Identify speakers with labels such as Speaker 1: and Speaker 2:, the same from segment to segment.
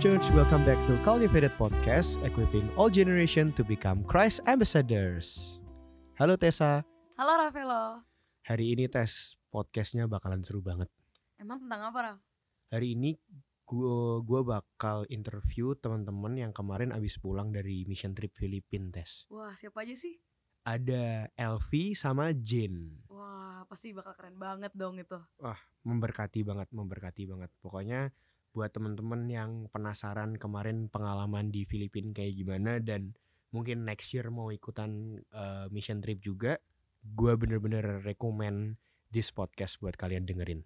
Speaker 1: Church, welcome back to Cultivated Podcast, equipping all generation to become Christ ambassadors. Halo Tessa,
Speaker 2: Halo Ravelo.
Speaker 1: hari ini tes podcastnya bakalan seru banget.
Speaker 2: Emang tentang apa, Rav?
Speaker 1: Hari ini gua gua bakal interview teman-teman yang kemarin abis pulang dari mission trip Filipina tes.
Speaker 2: Wah, siapa aja sih?
Speaker 1: Ada Elvi sama Jane.
Speaker 2: Wah, pasti bakal keren banget dong gitu. itu.
Speaker 1: memberkati banget, memberkati banget. Pokoknya buat temen-temen yang penasaran kemarin pengalaman di Filipina kayak gimana dan mungkin next year mau ikutan eh, mission trip juga, gue bener-bener rekomen this podcast buat kalian dengerin.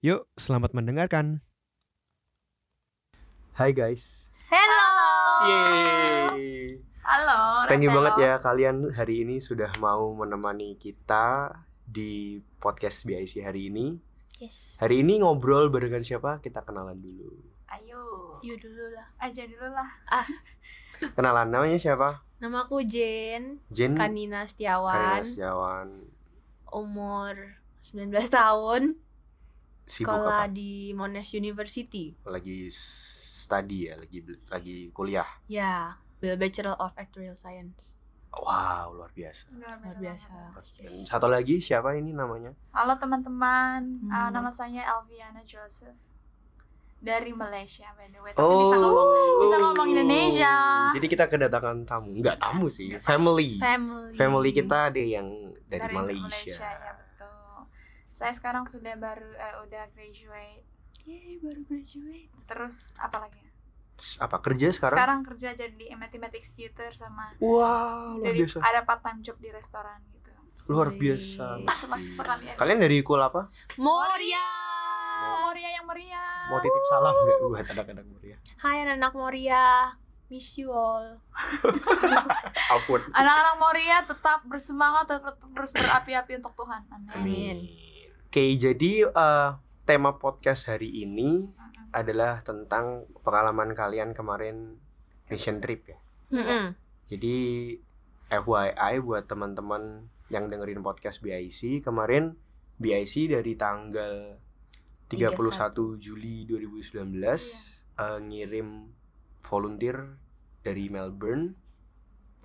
Speaker 1: Yuk, selamat mendengarkan. Hai guys.
Speaker 2: Hello.
Speaker 1: Yeay.
Speaker 2: Halo.
Speaker 1: Thank you banget ya kalian hari ini sudah mau menemani kita di podcast BIC hari ini.
Speaker 3: Yes.
Speaker 1: Hari ini ngobrol barengan siapa? Kita kenalan dulu.
Speaker 2: Ayo.
Speaker 3: You dulu lah.
Speaker 2: Aja dulu lah.
Speaker 1: Kenalan namanya siapa?
Speaker 3: Nama aku Jen
Speaker 1: Jen Karina
Speaker 3: Kanina Setiawan,
Speaker 1: Hmm. Setiawan.
Speaker 3: umur 19 tahun,
Speaker 1: Sibuk
Speaker 3: sekolah
Speaker 1: apa?
Speaker 3: di Monash University.
Speaker 1: Lagi study ya, lagi lagi kuliah.
Speaker 3: Ya, Bill Bachelor of Actuarial Science.
Speaker 1: Wow, luar biasa.
Speaker 3: Luar biasa.
Speaker 1: Dan satu lagi siapa ini namanya?
Speaker 4: Halo teman-teman,
Speaker 3: Hmm.
Speaker 4: Ah, nama saya Elviana Joseph dari Malaysia by the way. Tapi
Speaker 1: Oh,
Speaker 4: bisa ngomong bisa ngomong Indonesia.
Speaker 1: Jadi kita kedatangan tamu, nggak tamu sih, family.
Speaker 3: Family.
Speaker 1: Family kita ada yang dari, Malaysia.
Speaker 4: ya betul. Saya sekarang sudah baru eh, udah graduate.
Speaker 3: Yeay, baru graduate.
Speaker 4: Terus apa lagi?
Speaker 1: Apa kerja
Speaker 4: Sekarang,
Speaker 1: sekarang?
Speaker 4: kerja jadi mathematics tutor sama
Speaker 1: Wow,
Speaker 3: Oh,
Speaker 1: luar
Speaker 4: jadi
Speaker 1: biasa.
Speaker 4: ada part time job di restoran gitu.
Speaker 1: Luar biasa.
Speaker 3: Wih.
Speaker 4: Senang sekali. ya.
Speaker 1: Kalian dari kul apa?
Speaker 3: Moria.
Speaker 4: Moria yang meriah.
Speaker 1: Mau titip salam nggak buat anak-anak Moria?
Speaker 3: Hai anak-anak Moria. Miss you all.
Speaker 1: Ampun.
Speaker 4: Anak-anak Moria tetap bersemangat tetap terus berapi-api untuk Tuhan. Amin.
Speaker 3: Amin.
Speaker 1: Oke, jadi eh, tema podcast hari ini adalah tentang pengalaman kalian kemarin mission trip ya.
Speaker 3: Mm-mm.
Speaker 1: Jadi FYI buat teman-teman yang dengerin podcast BIC kemarin BIC dari tanggal 31,
Speaker 3: 31.
Speaker 1: Juli 2019 eh, ngirim volunteer dari Melbourne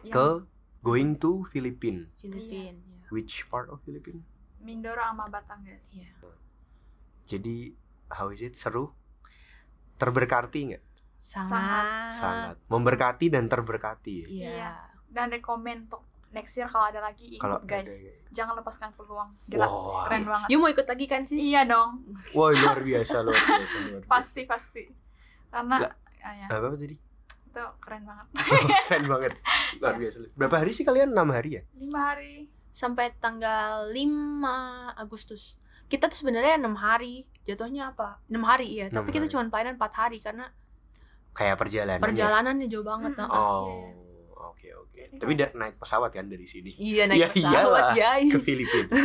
Speaker 1: ke going to Philippine.
Speaker 3: Filipin.
Speaker 1: Which part of Philippine?
Speaker 4: Mindoro sama Batang guys.
Speaker 3: Iya.
Speaker 1: Jadi how is it seru? Terberkati nggak?
Speaker 3: Sangat.
Speaker 1: Sangat. Memberkati dan terberkati. ya?
Speaker 4: Ah. Iya.
Speaker 3: Iya.
Speaker 4: dan rekomend untuk next year kalau ada lagi ikut
Speaker 1: Kalau
Speaker 4: guys
Speaker 1: ada-
Speaker 4: jangan lepaskan peluang kita
Speaker 1: Wah.
Speaker 4: keren banget
Speaker 3: You mau ikut lagi kan sis?
Speaker 4: iya dong
Speaker 1: Wah luar biasa luar biasa. luar biasa.
Speaker 4: pasti pasti karena
Speaker 1: Lah.
Speaker 4: ah, ya,
Speaker 1: Apa tadi?
Speaker 4: itu keren banget
Speaker 1: Keren banget. Luar
Speaker 4: Iya.
Speaker 1: biasa. Berapa hari sih kalian? 6 hari ya?
Speaker 4: lima hari
Speaker 3: sampai tanggal 5 Agustus. Kita tuh sebenarnya enam hari. Jatuhnya apa? 6 hari iya,
Speaker 1: Enam
Speaker 3: tapi
Speaker 1: hari.
Speaker 3: kita cuma pelayanan 4 hari karena
Speaker 1: Kayak perjalanan. ya?
Speaker 3: perjalanannya jauh banget.
Speaker 4: Mm.
Speaker 3: nah.
Speaker 1: Oh. Oke oke.
Speaker 4: Iya.
Speaker 1: Tapi da- naik pesawat kan dari sini
Speaker 3: Iya
Speaker 1: Ya
Speaker 3: naik
Speaker 1: iyalah,
Speaker 3: pesawat,
Speaker 4: Iya.
Speaker 3: guys.
Speaker 1: ke Filipina. Ke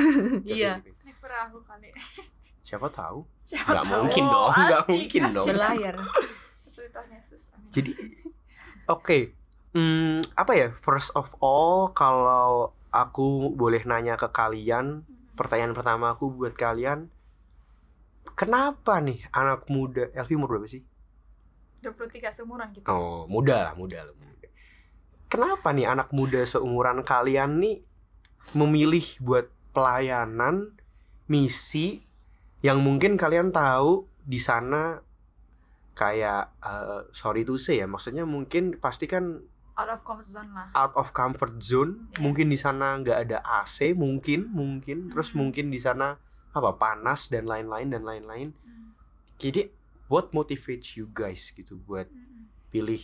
Speaker 3: Iya.
Speaker 1: Filipina.
Speaker 4: ini perahu kali
Speaker 1: Siapa tahu?
Speaker 4: siapa
Speaker 1: Nggak mungkin
Speaker 4: Oh,
Speaker 1: dong. Nggak
Speaker 4: asik,
Speaker 1: mungkin
Speaker 4: asik.
Speaker 1: dong.
Speaker 3: Berlayar.
Speaker 4: seperti Tuhan Yesus amin
Speaker 1: Jadi oke. Hmm, apa ya? First of all, kalau aku boleh nanya ke kalian,
Speaker 4: Hmm.
Speaker 1: pertanyaan pertama aku buat kalian, kenapa nih anak muda Elvi umur berapa sih?
Speaker 4: 23 seumuran gitu. kita
Speaker 1: Oh, muda lah, muda lah. muda. Kenapa nih anak muda seumuran kalian nih memilih buat pelayanan misi yang mungkin kalian tahu di sana kayak eh, sorry to say ya, maksudnya mungkin pasti kan
Speaker 4: out of comfort zone lah
Speaker 1: out of comfort zone,
Speaker 3: Ya.
Speaker 1: mungkin di sana nggak ada AC, mungkin mungkin terus
Speaker 4: Hmm.
Speaker 1: mungkin di sana apa panas dan lain-lain dan lain-lain.
Speaker 4: Hmm.
Speaker 1: Jadi what motivates you guys gitu buat
Speaker 4: Mm-mm.
Speaker 1: pilih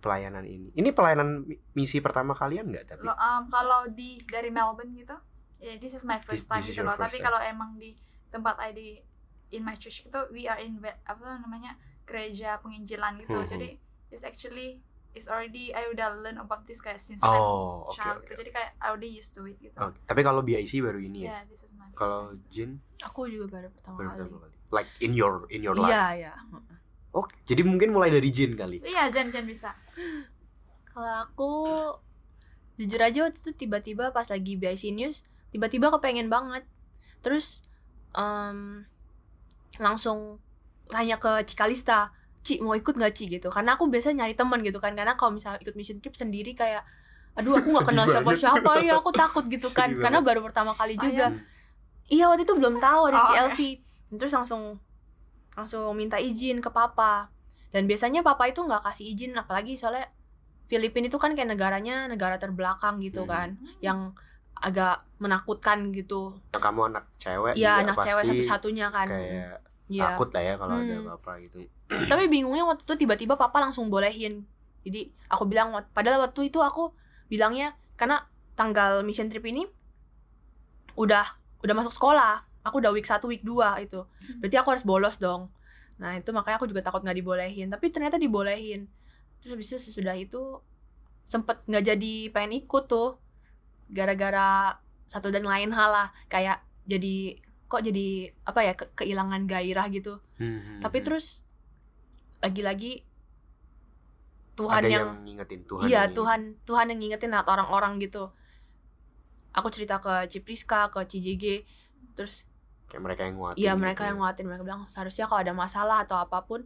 Speaker 1: pelayanan ini. Ini pelayanan mi- misi pertama kalian nggak tapi?
Speaker 4: Lo, um, kalau di dari Melbourne gitu ya this is my
Speaker 1: This-
Speaker 4: first
Speaker 1: this
Speaker 4: time
Speaker 1: is
Speaker 4: gitu
Speaker 1: your
Speaker 4: loh
Speaker 1: first
Speaker 4: tapi
Speaker 1: time.
Speaker 4: kalau emang di tempat ID in my church gitu we are in be- apa tuh namanya gereja penginjilan gitu
Speaker 1: Mhm.
Speaker 4: jadi it's actually it's already I udah learn about this kayak since I'm
Speaker 1: Oh, oke
Speaker 4: child
Speaker 1: oke.
Speaker 4: gitu. jadi kayak I already used to it gitu
Speaker 1: Oke, Tapi kalau BIC baru Oh, ini ya.
Speaker 4: yeah this is my first
Speaker 1: Kalau
Speaker 4: time.
Speaker 1: Jin
Speaker 3: Aku juga baru pertama
Speaker 1: baru
Speaker 3: kali.
Speaker 1: pertama kali. Like in your in your
Speaker 3: Iya,
Speaker 1: life.
Speaker 3: iya.
Speaker 1: Oke, jadi mungkin mulai dari Jin kali.
Speaker 4: iya jangan jangan bisa
Speaker 3: Kalau aku jujur aja waktu itu tiba-tiba pas lagi BIC News, tiba-tiba kepengen banget. Terus em, langsung tanya ke Cikalista, Ci mau ikut gak Ci gitu karena aku biasa nyari teman gitu kan karena kalau misalnya ikut mission trip sendiri kayak aduh aku nggak kenal
Speaker 5: Sedih banget.
Speaker 3: siapa-siapa ya aku takut gitu kan
Speaker 5: Sedih
Speaker 3: karena
Speaker 5: banget.
Speaker 3: baru pertama kali
Speaker 6: Sayang.
Speaker 3: juga iya waktu itu belum tahu ada
Speaker 4: Oh,
Speaker 3: si
Speaker 4: oke.
Speaker 3: Elvi terus langsung langsung minta izin ke papa dan biasanya papa itu nggak kasih izin apalagi soalnya Filipina itu kan kayak negaranya negara terbelakang gitu
Speaker 5: Hmm.
Speaker 3: kan yang agak menakutkan gitu
Speaker 1: Nah,
Speaker 5: kamu anak cewek
Speaker 3: ya
Speaker 5: juga
Speaker 3: anak
Speaker 5: pasti
Speaker 3: cewek satu-satunya kan
Speaker 5: kayak
Speaker 3: Iya.
Speaker 5: takut lah ya kalau ada
Speaker 3: Hmm.
Speaker 5: apa gitu
Speaker 3: tapi bingungnya waktu itu tiba-tiba papa langsung bolehin jadi aku bilang wak- padahal waktu itu aku bilangnya karena tanggal mission trip ini udah udah masuk sekolah aku udah week 1 week 2 itu berarti aku harus bolos dong nah itu makanya aku juga takut nggak dibolehin tapi ternyata dibolehin terus habis itu sesudah itu sempet nggak jadi pengen ikut tuh gara-gara satu dan lain hal lah kayak jadi kok jadi apa ya ke- kehilangan gairah gitu
Speaker 1: Hmm,
Speaker 3: tapi terus lagi-lagi Tuhan
Speaker 5: ada yang,
Speaker 3: yang,
Speaker 5: ngingetin Tuhan
Speaker 3: iya
Speaker 5: yang-
Speaker 3: Tuhan Tuhan yang ngingetin atau orang-orang gitu aku cerita ke Cipriska ke CJG terus
Speaker 5: kayak mereka yang nguatin
Speaker 3: iya
Speaker 5: gitu
Speaker 3: mereka
Speaker 5: ya.
Speaker 3: yang nguatin mereka bilang seharusnya kalau ada masalah atau apapun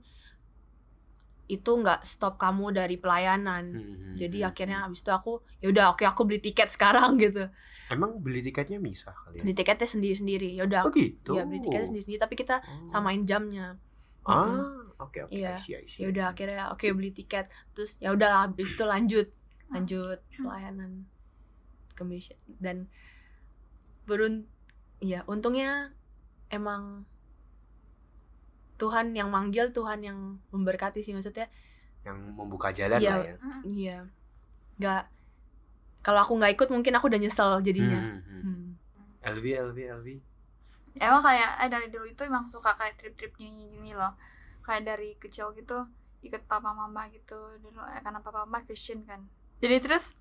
Speaker 3: itu nggak stop kamu dari pelayanan
Speaker 5: Hmm, hmm,
Speaker 3: jadi akhirnya
Speaker 5: hmm.
Speaker 3: abis itu aku yaudah oke aku beli tiket sekarang gitu
Speaker 5: emang beli tiketnya misah kali ya
Speaker 3: beli tiketnya sendiri-sendiri yaudah
Speaker 5: oh gitu
Speaker 3: ya beli tiketnya sendiri-sendiri tapi kita
Speaker 5: Oh.
Speaker 3: samain jamnya
Speaker 5: ah oke oke
Speaker 3: Iya.
Speaker 5: I see, I see.
Speaker 3: ya udah akhirnya oke beli tiket terus ya udah habis itu lanjut lanjut pelayanan ke Malaysia. dan berun ya untungnya emang Tuhan yang manggil Tuhan yang memberkati sih maksudnya
Speaker 5: yang membuka jalan
Speaker 3: Iya.
Speaker 5: lah ya
Speaker 3: iya nggak kalau aku nggak ikut mungkin aku udah nyesel jadinya
Speaker 5: Hmm, hmm, hmm.
Speaker 3: Hmm.
Speaker 5: Elvi Elvi Elvi
Speaker 4: emang kayak eh dari dulu itu emang suka kayak trip-trip gini-gini loh kayak dari kecil gitu ikut papa mama gitu dulu eh, karena papa mama Christian kan jadi terus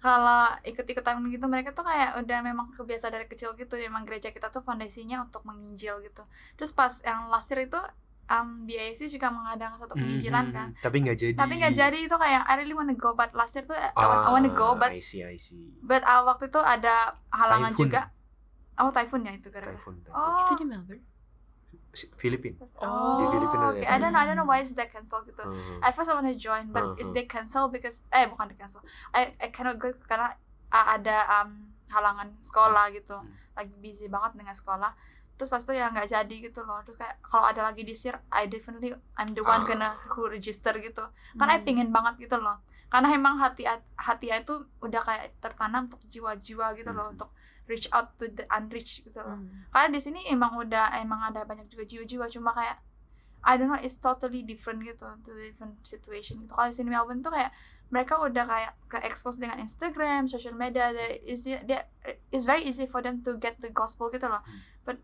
Speaker 4: kalau ikut-ikutan gitu mereka tuh kayak udah memang kebiasa dari kecil gitu emang gereja kita tuh fondasinya untuk menginjil gitu terus pas yang last year itu um, BIC juga mengadakan satu penginjilan
Speaker 5: Hmm,
Speaker 4: kan
Speaker 5: tapi nggak jadi
Speaker 4: tapi nggak jadi itu kayak I really wanna go but last year tuh eh, I,
Speaker 5: Iya. ah,
Speaker 4: I wanna go but
Speaker 5: I see I see
Speaker 4: but uh, waktu itu ada halangan
Speaker 5: Typhoon.
Speaker 4: juga oh typhoon ya itu gara
Speaker 5: Typhoon, typhoon.
Speaker 4: oh
Speaker 3: itu di Melbourne
Speaker 5: Si- Filipin
Speaker 4: Oh,
Speaker 5: Di Filipina ya.
Speaker 4: okay. I don't know, I don't know why is that cancel gitu.
Speaker 5: Hmm.
Speaker 4: At first I wanna join, but is
Speaker 5: Mhm.
Speaker 4: they cancel because eh bukan di cancel. I I cannot go karena uh, ada um, halangan sekolah gitu.
Speaker 5: Hmm.
Speaker 4: Lagi busy banget dengan sekolah. Terus pas itu ya nggak jadi gitu loh. Terus kayak kalau ada lagi di sir, I definitely I'm the
Speaker 5: Ah.
Speaker 4: one gonna who register gitu.
Speaker 3: Hmm. Kan
Speaker 4: Karena I pingin banget gitu loh. Karena emang hati hati I itu udah kayak tertanam untuk jiwa-jiwa gitu loh,
Speaker 5: Mhm.
Speaker 4: untuk reach out to the unreached gitu loh
Speaker 3: Hmm.
Speaker 4: karena di sini emang udah emang ada banyak juga jiwa-jiwa cuma kayak I don't know it's totally different gitu to different situation gitu kalau di sini Melbourne tuh kayak mereka udah kayak ke expose dengan Instagram social media they easy they, it's very easy for them to get the gospel gitu loh
Speaker 5: Hmm.
Speaker 4: but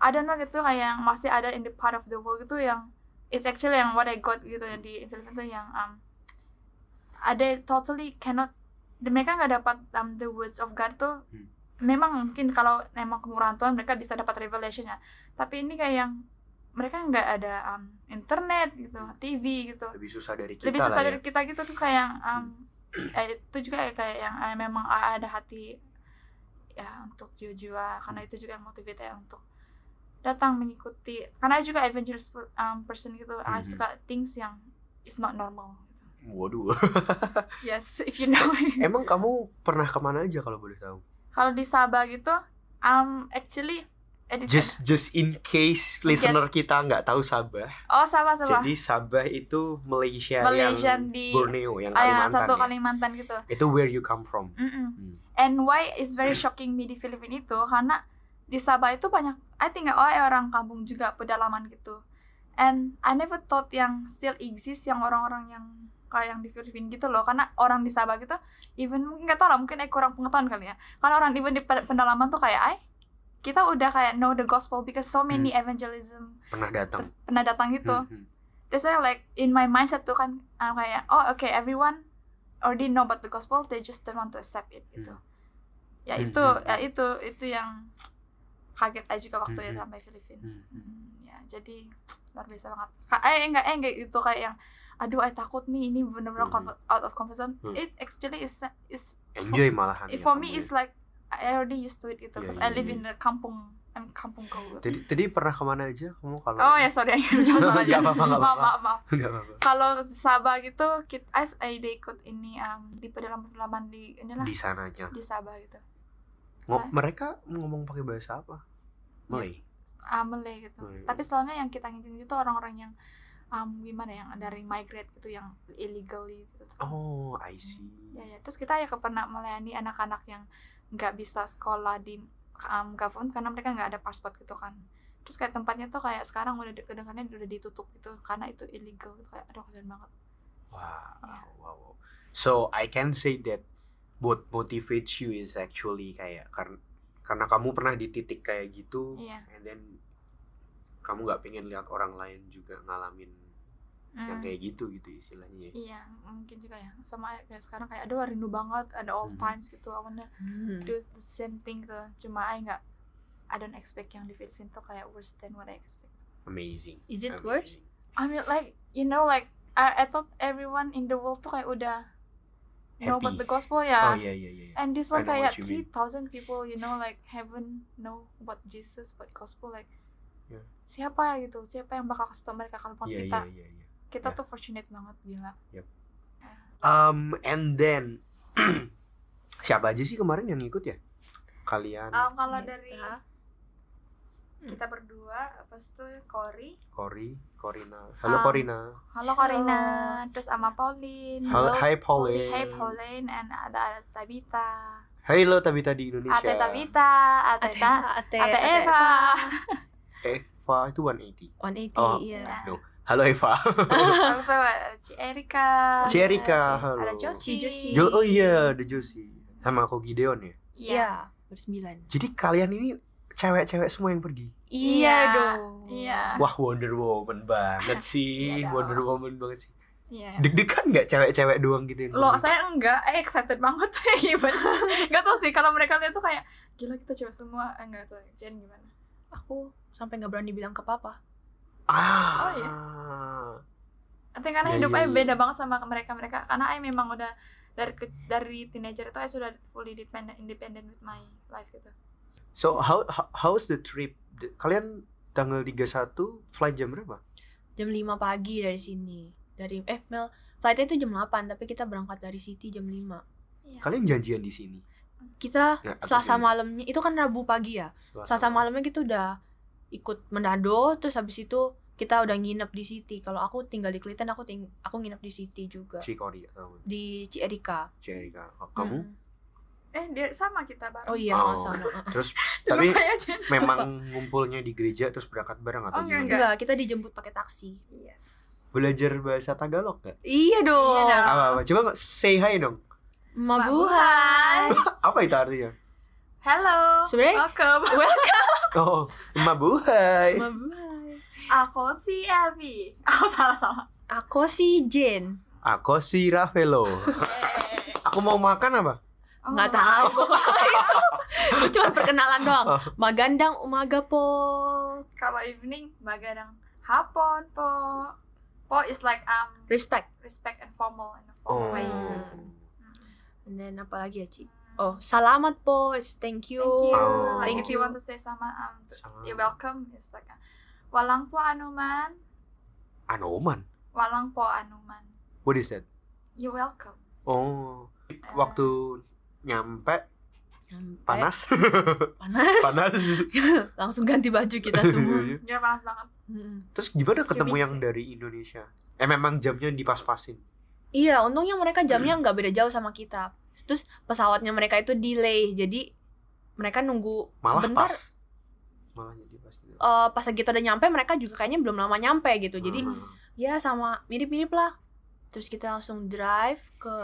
Speaker 4: I don't know gitu kayak yang masih ada in the part of the world gitu yang it's actually yang what I got gitu yang di Filipina tuh yang um, ada totally cannot mereka nggak dapat um, the words of God tuh
Speaker 5: Hmm.
Speaker 4: memang mungkin kalau emang kemurahan Tuhan mereka bisa dapat revelation ya tapi ini kayak yang mereka nggak ada um, internet gitu
Speaker 5: Hmm.
Speaker 4: TV gitu
Speaker 5: lebih susah dari kita
Speaker 4: lebih susah
Speaker 5: lah ya.
Speaker 4: dari kita gitu terus kayak yang um, eh, itu juga kayak yang eh, memang ada hati ya untuk jiwa-jiwa karena itu juga yang motivate ya untuk datang mengikuti karena juga adventurous um, person gitu I
Speaker 5: Mhm.
Speaker 4: suka things yang is not normal
Speaker 5: ya. waduh
Speaker 4: yes if you know
Speaker 5: emang kamu pernah kemana aja kalau boleh tahu
Speaker 4: kalau di Sabah gitu um actually eh, di-
Speaker 5: just just in case listener kita nggak tahu Sabah
Speaker 4: oh Sabah Sabah
Speaker 5: jadi Sabah itu Malaysia,
Speaker 4: Malaysia
Speaker 5: yang
Speaker 4: di-
Speaker 5: Borneo yang
Speaker 4: Ah,
Speaker 5: Kalimantan,
Speaker 4: yang satu
Speaker 5: ya.
Speaker 4: Kalimantan gitu
Speaker 5: itu where you come from
Speaker 4: Mm-mm.
Speaker 5: Hmm.
Speaker 4: and why is very shocking me di Filipina itu karena di Sabah itu banyak I think oh eh, orang kampung juga pedalaman gitu and I never thought yang still exist yang orang-orang yang kayak yang di Filipina gitu loh karena orang di Sabah gitu even mungkin nggak tau lah mungkin eh kurang pengetahuan kali ya karena orang even di pe- pendalaman tuh kayak I kita udah kayak know the gospel because so many evangelism
Speaker 5: pernah datang
Speaker 4: pernah datang gitu
Speaker 5: Hmm, hmm.
Speaker 4: that's why like in my mindset tuh kan I'm kayak oh okay everyone already know about the gospel they just don't want to accept it gitu ya
Speaker 5: Hmm,
Speaker 4: itu
Speaker 5: hmm,
Speaker 4: ya itu itu yang kaget aja juga waktu ya
Speaker 5: Hmm, hmm.
Speaker 4: sampai Filipina
Speaker 5: Hmm, hmm.
Speaker 4: Hmm, ya jadi luar biasa banget Ka- eh enggak eh enggak itu kayak yang aduh I takut nih ini bener-bener
Speaker 5: Hmm,
Speaker 4: comfort- out of comfort zone
Speaker 5: Hmm.
Speaker 4: it actually is is
Speaker 5: enjoy malahan ya
Speaker 4: it for
Speaker 5: kamu
Speaker 4: me
Speaker 5: ya.
Speaker 4: is like I already used to it gitu
Speaker 5: Iya,
Speaker 4: because
Speaker 5: iya,
Speaker 4: I live
Speaker 5: iya.
Speaker 4: in the kampung I'm kampung kaur.
Speaker 1: Jadi, tadi pernah kemana aja kamu kalau?
Speaker 4: Oh ya sorry, jauh salah
Speaker 1: Nggak apa-apa, nggak
Speaker 4: Maaf,
Speaker 1: apa-apa.
Speaker 4: maaf, maaf.
Speaker 1: Nggak apa-apa.
Speaker 4: Kalau di Sabah gitu, kita as ada ikut ini um, di pedalaman-pedalaman di inilah
Speaker 1: Di sananya.
Speaker 4: di Sabah gitu.
Speaker 1: Ngo- mereka ngomong pakai bahasa apa? Malay.
Speaker 4: Amele gitu.
Speaker 1: Hmm.
Speaker 4: Tapi selainnya yang kita ngikutin itu orang-orang yang um, gimana yang dari migrate gitu yang illegally gitu.
Speaker 1: Oh, I see.
Speaker 4: Ya, ya. Terus kita ya ke- pernah melayani anak-anak yang nggak bisa sekolah di um, government karena mereka nggak ada paspor gitu kan. Terus kayak tempatnya tuh kayak sekarang udah de- kedengarannya udah ditutup gitu karena itu illegal gitu kayak aduh kasihan banget.
Speaker 1: Wow, wow, wow. So I can say that what motivates you is actually kayak karena karena kamu pernah di titik kayak gitu,
Speaker 4: Iya.
Speaker 1: and then kamu nggak pengen lihat orang lain juga ngalamin yang
Speaker 4: Hmm.
Speaker 1: kayak gitu gitu istilahnya. ya.
Speaker 4: Iya, mungkin juga ya. Sama kayak sekarang kayak aduh rindu banget ada all
Speaker 1: Hmm.
Speaker 4: times gitu. I wanna
Speaker 2: Hmm.
Speaker 4: do the same thing tuh. Cuma I nggak I don't expect yang di Filipina tuh kayak worse than what I expect.
Speaker 1: Amazing.
Speaker 3: Is it
Speaker 1: amazing.
Speaker 3: worse?
Speaker 4: I mean like you know like I, I thought everyone in the world tuh kayak udah know about
Speaker 1: Happy.
Speaker 4: the
Speaker 1: Oh
Speaker 4: gospel ya.
Speaker 1: iya iya iya.
Speaker 4: And this
Speaker 1: I
Speaker 4: one
Speaker 1: know what
Speaker 4: kayak
Speaker 1: you mean.
Speaker 4: 3000 people you know like haven't know about Jesus about gospel like
Speaker 1: Yeah.
Speaker 4: siapa ya gitu siapa yang bakal kasih tau mereka kalau bukan
Speaker 1: Iya
Speaker 4: kita
Speaker 1: iya iya. iya.
Speaker 4: kita
Speaker 1: yeah.
Speaker 4: tuh fortunate banget gila
Speaker 1: Um and then siapa aja sih kemarin yang ikut ya? Kalian,
Speaker 4: Um, kalau
Speaker 3: Kita.
Speaker 4: dari kita berdua, habis itu Cory,
Speaker 1: Cory, Corina. Halo
Speaker 4: Um,
Speaker 1: Corina.
Speaker 4: halo Corina, terus sama Pauline,
Speaker 1: Halo, hai Pauline.
Speaker 4: Hey Pauline, and ada ada Tabita,
Speaker 1: Halo Tabita di Indonesia.
Speaker 4: Ate Tabita,
Speaker 3: Ate,
Speaker 4: Ate Ta,
Speaker 3: Ate,
Speaker 4: Ate
Speaker 3: Ate
Speaker 4: Eva,
Speaker 1: Eva itu 180.
Speaker 3: 180,
Speaker 1: Oh.
Speaker 3: iya.
Speaker 1: No. Halo Eva.
Speaker 4: Habis itu ada Ci Erika,
Speaker 1: Jerika, halo.
Speaker 4: ada
Speaker 3: Si
Speaker 4: Josie,
Speaker 3: Josie.
Speaker 1: Jo- oh iya, ada Josie. Sama aku Gideon ya.
Speaker 4: iya,
Speaker 3: Iya, bersembilan.
Speaker 1: Jadi kalian ini cewek-cewek semua yang pergi.
Speaker 3: Iya
Speaker 4: Iya.
Speaker 3: dong.
Speaker 4: iya,
Speaker 1: Wah, Wonder Woman banget sih.
Speaker 4: Iya dong.
Speaker 1: Wonder Woman banget sih.
Speaker 4: iya.
Speaker 1: Deg-degan nggak cewek-cewek doang gitu yang
Speaker 4: Loh,
Speaker 1: pergi?
Speaker 4: saya enggak, eh excited banget even. Enggak tau sih kalau mereka lihat tuh kayak gila kita coba semua, Eh, enggak tahu Jen gimana.
Speaker 3: Aku sampai nggak berani bilang ke papa.
Speaker 1: Ah.
Speaker 4: Oh, iya. Nanti karena
Speaker 1: Ya,
Speaker 4: hidup
Speaker 1: ya,
Speaker 4: saya
Speaker 1: ya.
Speaker 4: beda banget sama mereka mereka karena saya memang udah dari ke- dari teenager itu saya sudah fully dependent independent with my life gitu.
Speaker 1: So how how- how's the trip? The- Kalian tanggal 31 flight jam berapa?
Speaker 4: Ya.
Speaker 3: Jam 5 pagi dari sini. Dari eh Mel, flightnya itu jam 8, tapi kita berangkat dari City jam 5.
Speaker 4: Iya.
Speaker 1: Kalian janjian di sini.
Speaker 3: Kita
Speaker 1: Ya, atau
Speaker 3: Selasa
Speaker 1: sini?
Speaker 3: malamnya itu kan Rabu pagi ya. Selasa malamnya gitu udah ikut Manado, terus habis itu kita udah nginep di City. Kalau aku tinggal di Kliten, aku ting aku nginep di City juga
Speaker 1: Si Cory atau
Speaker 3: di Cierika.
Speaker 1: Jerika.
Speaker 4: Hmm.
Speaker 1: Kamu?
Speaker 3: Mm.
Speaker 4: Eh dia sama kita bareng.
Speaker 3: Oh iya,
Speaker 1: Oh.
Speaker 3: sama.
Speaker 1: Terus tapi
Speaker 4: Lupa ya, Jen.
Speaker 1: memang ngumpulnya di gereja terus berangkat bareng atau
Speaker 4: Oh, enggak,
Speaker 1: gimana?
Speaker 4: enggak.
Speaker 3: Enggak, kita dijemput pakai taksi.
Speaker 4: Yes.
Speaker 1: Belajar bahasa Tagalog nggak?
Speaker 3: Iya dong.
Speaker 4: Iya dong.
Speaker 1: Apa apa? Coba say hi dong.
Speaker 3: Mabuhay.
Speaker 1: Apa itu artinya?
Speaker 4: Hello.
Speaker 3: Sebenarnya
Speaker 4: Welcome.
Speaker 1: Oh, mabuhay.
Speaker 3: Mabuhay.
Speaker 4: Aku si Elvi. Aku salah salah.
Speaker 3: Aku sih Jane.
Speaker 1: Aku si Ravelo.
Speaker 4: Eh.
Speaker 1: Aku mau makan apa?
Speaker 3: nggak
Speaker 4: Oh,
Speaker 3: tahu itu cuma perkenalan doang
Speaker 1: Oh.
Speaker 3: magandang umaga po
Speaker 4: Kalau evening magadang hapon po. Po is like um
Speaker 3: respect
Speaker 4: respect and formal in a
Speaker 1: Oh.
Speaker 4: formal Hmm. way.
Speaker 3: and then apa lagi ya Ci oh salamat po is thank you,
Speaker 4: Thank you.
Speaker 1: Oh.
Speaker 4: Like
Speaker 3: Thank
Speaker 4: if you
Speaker 3: you.
Speaker 4: want to say sama um, t-
Speaker 1: Sama.
Speaker 4: you're welcome. It's like uh, walang po anuman,
Speaker 1: Anoman.
Speaker 4: walang po anuman.
Speaker 1: What is that?
Speaker 4: You welcome.
Speaker 1: Oh, waktu nyampe
Speaker 3: Nyampe.
Speaker 1: panas,
Speaker 3: panas,
Speaker 1: panas.
Speaker 3: langsung ganti baju kita semua
Speaker 4: Dia panas banget.
Speaker 3: Mm.
Speaker 1: Terus gimana ketemu
Speaker 4: Cubit
Speaker 1: yang
Speaker 4: sih.
Speaker 1: dari Indonesia? Eh memang jamnya dipas-pasin.
Speaker 3: iya untungnya mereka jamnya nggak beda jauh sama kita terus pesawatnya mereka itu delay jadi mereka nunggu
Speaker 1: Malah
Speaker 3: sebentar
Speaker 1: pas. Malah jadi pas. gitu.
Speaker 3: eh, pas kita udah nyampe mereka juga kayaknya belum lama nyampe gitu jadi
Speaker 1: Hmm.
Speaker 3: ya sama mirip-mirip lah terus kita langsung drive ke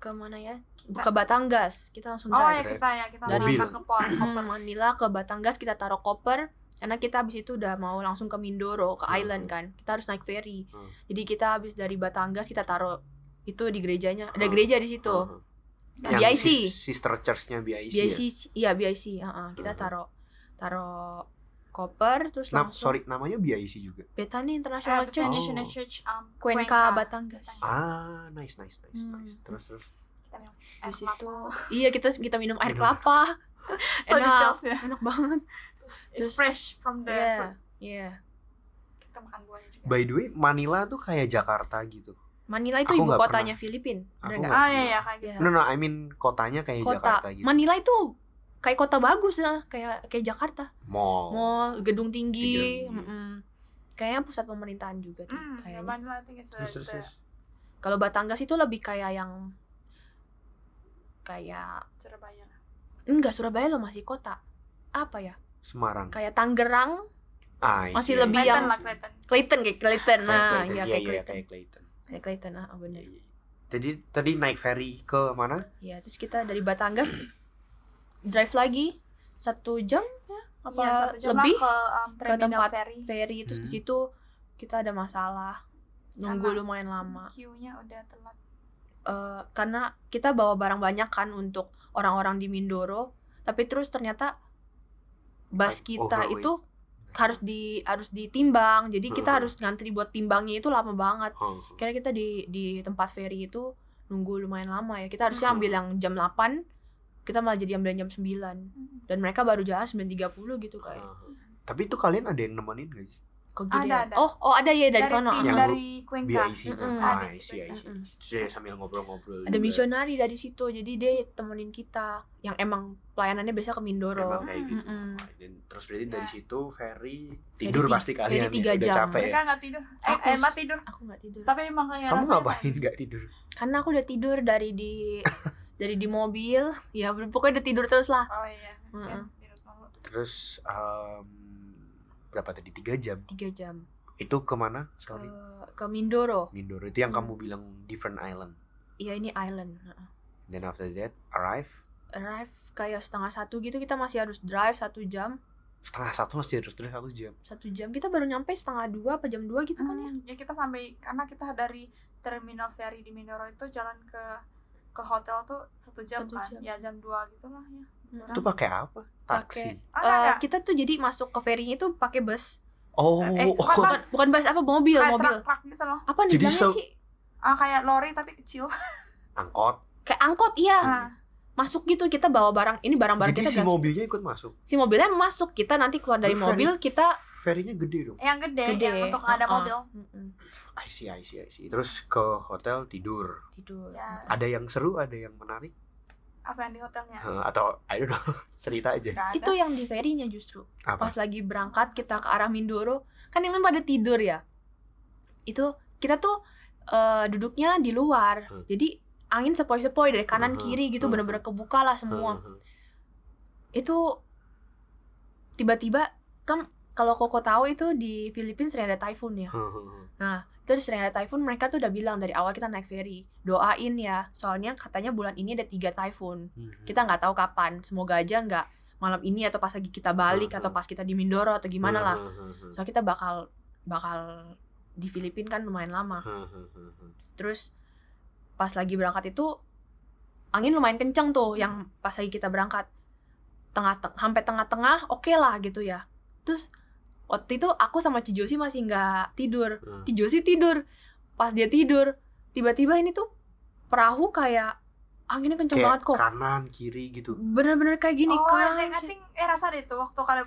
Speaker 3: ke mana ya ke Batangas kita langsung
Speaker 4: Oh ya
Speaker 3: drive
Speaker 4: kita ya kita
Speaker 1: Mobil.
Speaker 4: berangkat ke pon.
Speaker 3: Hmm, iya, Manila ke Batangas kita taruh koper karena kita habis itu udah mau langsung ke Mindoro ke
Speaker 1: Hmm.
Speaker 3: island kan kita harus naik ferry
Speaker 1: Hmm.
Speaker 3: jadi kita habis dari Batangas kita taruh itu di gerejanya ada
Speaker 1: Hmm.
Speaker 3: gereja di situ
Speaker 1: Heeh.
Speaker 4: Ya,
Speaker 3: Nah,
Speaker 1: Yang
Speaker 3: BIC.
Speaker 1: sis- Sister church-nya BIC. ya?
Speaker 3: BIC iya BIC heeh, kita
Speaker 1: Hmm.
Speaker 3: taruh taruh koper terus
Speaker 1: Nah,
Speaker 3: langsung
Speaker 1: sorry, namanya BIC juga.
Speaker 3: Betani
Speaker 4: Eh,
Speaker 3: International
Speaker 4: Bethany
Speaker 3: Church
Speaker 4: Missionary Church um,
Speaker 3: Cuenca Batangas
Speaker 1: Ah,
Speaker 4: Ah,
Speaker 1: nice, nice, nice,
Speaker 3: Hmm.
Speaker 1: nice. Terus, terus.
Speaker 4: Kita minum air
Speaker 3: Habis
Speaker 4: kelapa.
Speaker 3: itu iya kita kita minum air
Speaker 1: Minum.
Speaker 3: kelapa
Speaker 4: so
Speaker 3: Enak.
Speaker 4: detailsnya
Speaker 3: enak banget
Speaker 4: it's
Speaker 3: Terus-
Speaker 4: fresh from the
Speaker 3: Iya,
Speaker 4: fruit.
Speaker 3: iya.
Speaker 4: kita makan buahnya juga
Speaker 1: By the way, Manila tuh kayak Jakarta gitu.
Speaker 3: Manila itu
Speaker 1: Aku
Speaker 3: ibu
Speaker 1: nggak
Speaker 3: kotanya Filipina
Speaker 1: Aku
Speaker 3: bener
Speaker 1: nggak-
Speaker 3: nggak?
Speaker 4: oh iya iya kayak gitu
Speaker 3: Iya.
Speaker 1: No no, I mean kotanya kayak
Speaker 3: kota
Speaker 1: Jakarta gitu.
Speaker 3: Manila itu kayak kota bagus lah kayak kayak Jakarta
Speaker 1: Mall.
Speaker 3: mall gedung tinggi
Speaker 1: Oh. Gedung tinggi.
Speaker 3: mm-mm. kayaknya pusat pemerintahan juga tuh
Speaker 4: Hmm,
Speaker 3: kayaknya
Speaker 4: Manila I think is a-
Speaker 1: Terus, terus,
Speaker 4: the-
Speaker 1: terus.
Speaker 3: kalau Batangas itu lebih kayak yang kayak
Speaker 4: Surabaya lah.
Speaker 3: enggak Surabaya lo masih kota apa ya
Speaker 1: Semarang.
Speaker 3: kayak Tangerang
Speaker 1: Ah, I
Speaker 3: Masih
Speaker 1: see, I see.
Speaker 3: lebih
Speaker 4: Clayton
Speaker 3: yang-
Speaker 4: lah Clayton.
Speaker 3: Clayton kayak Clayton
Speaker 1: Kayak
Speaker 3: nah
Speaker 1: Clayton.
Speaker 3: ya
Speaker 1: Iya,
Speaker 3: kayak
Speaker 1: iya,
Speaker 3: Clayton
Speaker 1: kayak Clayton.
Speaker 3: kayak Clayton ah ah, bener
Speaker 1: Jadi tadi naik ferry ke mana?
Speaker 3: ya terus kita dari Batangas drive lagi satu jam ya apa
Speaker 4: Iya, satu jam
Speaker 3: lebih
Speaker 4: lah ke um, terminal
Speaker 3: tempat
Speaker 4: ferry.
Speaker 3: ferry terus di
Speaker 1: Hmm.
Speaker 3: situ kita ada masalah nunggu
Speaker 4: Karena-
Speaker 3: lumayan lama
Speaker 4: Queue-nya udah telat.
Speaker 3: Eh, karena kita bawa barang banyak kan untuk orang-orang di Mindoro tapi terus ternyata bas
Speaker 1: Like,
Speaker 3: kita
Speaker 1: overweight. Hmm.
Speaker 3: itu harus di harus ditimbang jadi kita
Speaker 1: Heeh.
Speaker 3: harus ngantri buat timbangnya itu lama banget
Speaker 1: Oh.
Speaker 3: kira kita di di tempat ferry itu nunggu lumayan lama ya kita harusnya
Speaker 1: Mhm.
Speaker 4: Hmm.
Speaker 3: ambil yang jam 8 kita malah jadi ambil yang jam 9
Speaker 4: Hmm.
Speaker 3: dan mereka baru jalan 9.30 gitu kayak
Speaker 1: Ah. Tapi itu kalian ada yang nemenin gak sih?
Speaker 3: Kok
Speaker 4: Ada,
Speaker 3: gedean?
Speaker 4: ada.
Speaker 3: Oh, oh ada ya dari, sono.
Speaker 4: tim
Speaker 1: Yang
Speaker 4: dari Cuenca.
Speaker 1: BIC kan?
Speaker 3: Mm-mm.
Speaker 1: Ah,
Speaker 4: Ada
Speaker 1: I see, I see.
Speaker 3: Mm-mm.
Speaker 1: Terus ya sambil ngobrol-ngobrol
Speaker 3: Ada
Speaker 1: juga.
Speaker 3: misionari dari situ. Jadi dia temenin kita yang emang pelayanannya biasa ke
Speaker 1: Emang
Speaker 3: Mindoro.
Speaker 1: kayak gitu.
Speaker 3: Mm-mm.
Speaker 1: Dan terus berarti dari
Speaker 4: Ya.
Speaker 1: situ ferry tidur
Speaker 3: ti-
Speaker 1: pasti kalian
Speaker 3: ferry tiga
Speaker 1: ya, udah
Speaker 3: jam.
Speaker 1: capek
Speaker 4: Mereka
Speaker 1: ya.
Speaker 4: nggak tidur. Eh,
Speaker 3: Aku-
Speaker 4: Emma tidur.
Speaker 3: Aku nggak tidur.
Speaker 4: Tapi emang kayak
Speaker 1: Kamu
Speaker 4: rasanya
Speaker 1: ngapain nggak tidur?
Speaker 3: Karena aku udah tidur dari di dari di mobil. Ya pokoknya udah tidur terus lah.
Speaker 4: Oh iya.
Speaker 3: Mm-mm.
Speaker 4: Kan, tidur mulu.
Speaker 1: Terus em, berapa tadi tiga jam?
Speaker 3: Tiga jam
Speaker 1: Itu kemana?
Speaker 3: ke
Speaker 1: Sorry,
Speaker 3: ke Mindoro.
Speaker 1: Mindoro. Itu yang
Speaker 3: Hmm.
Speaker 1: kamu bilang different island.
Speaker 3: Iya ini island.
Speaker 1: Then after that arrive
Speaker 3: Arrive kayak setengah satu gitu kita masih harus drive satu jam.
Speaker 1: setengah satu masih harus terus satu jam.
Speaker 3: Satu jam kita baru nyampe setengah dua apa jam dua gitu kan ya?
Speaker 4: Hmm, ya kita sampai karena kita dari terminal ferry di Mindoro itu jalan ke ke hotel tuh satu jam
Speaker 3: Satu
Speaker 4: kan
Speaker 3: jam.
Speaker 4: ya jam dua gitu lah ya
Speaker 1: Itu
Speaker 3: Ah.
Speaker 1: pakai apa? Taksi.
Speaker 4: ah
Speaker 3: Eh,
Speaker 4: enggak, enggak.
Speaker 3: kita tuh jadi masuk ke ferrynya itu pakai bus.
Speaker 1: Oh,
Speaker 4: Eh,
Speaker 1: oh,
Speaker 4: apa-
Speaker 3: Bukan, bukan bus apa mobil
Speaker 4: kayak
Speaker 3: mobil.
Speaker 4: truk-truk gitu loh
Speaker 3: Apa nih
Speaker 1: Jadi
Speaker 3: bilangnya
Speaker 1: se-
Speaker 3: Ci?
Speaker 4: ah kayak lori tapi kecil
Speaker 1: angkot.
Speaker 3: Kayak angkot iya.
Speaker 4: Ah.
Speaker 3: masuk gitu kita bawa barang ini barang-barang
Speaker 1: Jadi
Speaker 3: kita
Speaker 1: si
Speaker 3: berangkat.
Speaker 1: mobilnya ikut masuk.
Speaker 3: si mobilnya masuk kita nanti keluar dari
Speaker 1: Ferry-
Speaker 3: mobil kita
Speaker 1: ferrynya gede dong.
Speaker 4: yang gede,
Speaker 3: Gede,
Speaker 4: yang untuk ada
Speaker 3: ah, ah.
Speaker 4: mobil
Speaker 1: I see, I see, I see. Terus ke hotel tidur.
Speaker 3: tidur
Speaker 4: ya
Speaker 1: Ada yang seru, ada yang menarik
Speaker 4: apa yang di hotelnya
Speaker 1: Eh, atau I don't know cerita aja.
Speaker 4: Nggak ada.
Speaker 3: itu yang di ferinya justru
Speaker 1: Apa?
Speaker 3: pas lagi berangkat kita ke arah Mindoro kan yang lain pada tidur ya itu kita tuh eh, duduknya di luar
Speaker 1: Hmm.
Speaker 3: jadi angin sepoi-sepoi dari kanan
Speaker 1: Hmm,
Speaker 3: kiri
Speaker 1: hmm,
Speaker 3: gitu bener-bener kebuka lah semua
Speaker 1: Heeh.
Speaker 3: itu tiba-tiba kan kalau koko tahu itu di Filipina sering ada typhoon ya
Speaker 1: Heeh.
Speaker 3: Terus sering ada typhoon, mereka tuh udah bilang dari awal kita naik ferry, doain ya, soalnya katanya bulan ini ada tiga typhoon. Kita nggak tahu kapan, semoga aja nggak malam ini atau pas lagi kita balik
Speaker 1: Hmm,
Speaker 3: atau
Speaker 1: hmm.
Speaker 3: pas kita di Mindoro atau gimana lah.
Speaker 1: Heeh, heeh,
Speaker 3: Soalnya kita bakal bakal di Filipina kan lumayan lama.
Speaker 1: heeh, heeh, heeh.
Speaker 3: Terus pas lagi berangkat itu angin lumayan kenceng tuh yang pas lagi kita berangkat tengah teng- sampai tengah-tengah oke lah gitu ya. Terus waktu itu aku sama Cijosi masih nggak tidur.
Speaker 1: Heeh.
Speaker 3: Tijo sih tidur. Pas dia tidur, tiba-tiba ini tuh perahu kayak anginnya kenceng
Speaker 1: Kayak
Speaker 3: banget kok.
Speaker 1: kanan kiri gitu.
Speaker 3: Bener-bener kayak gini
Speaker 4: oh, I
Speaker 3: kan.
Speaker 4: think, I think eh rasa deh tuh waktu kalian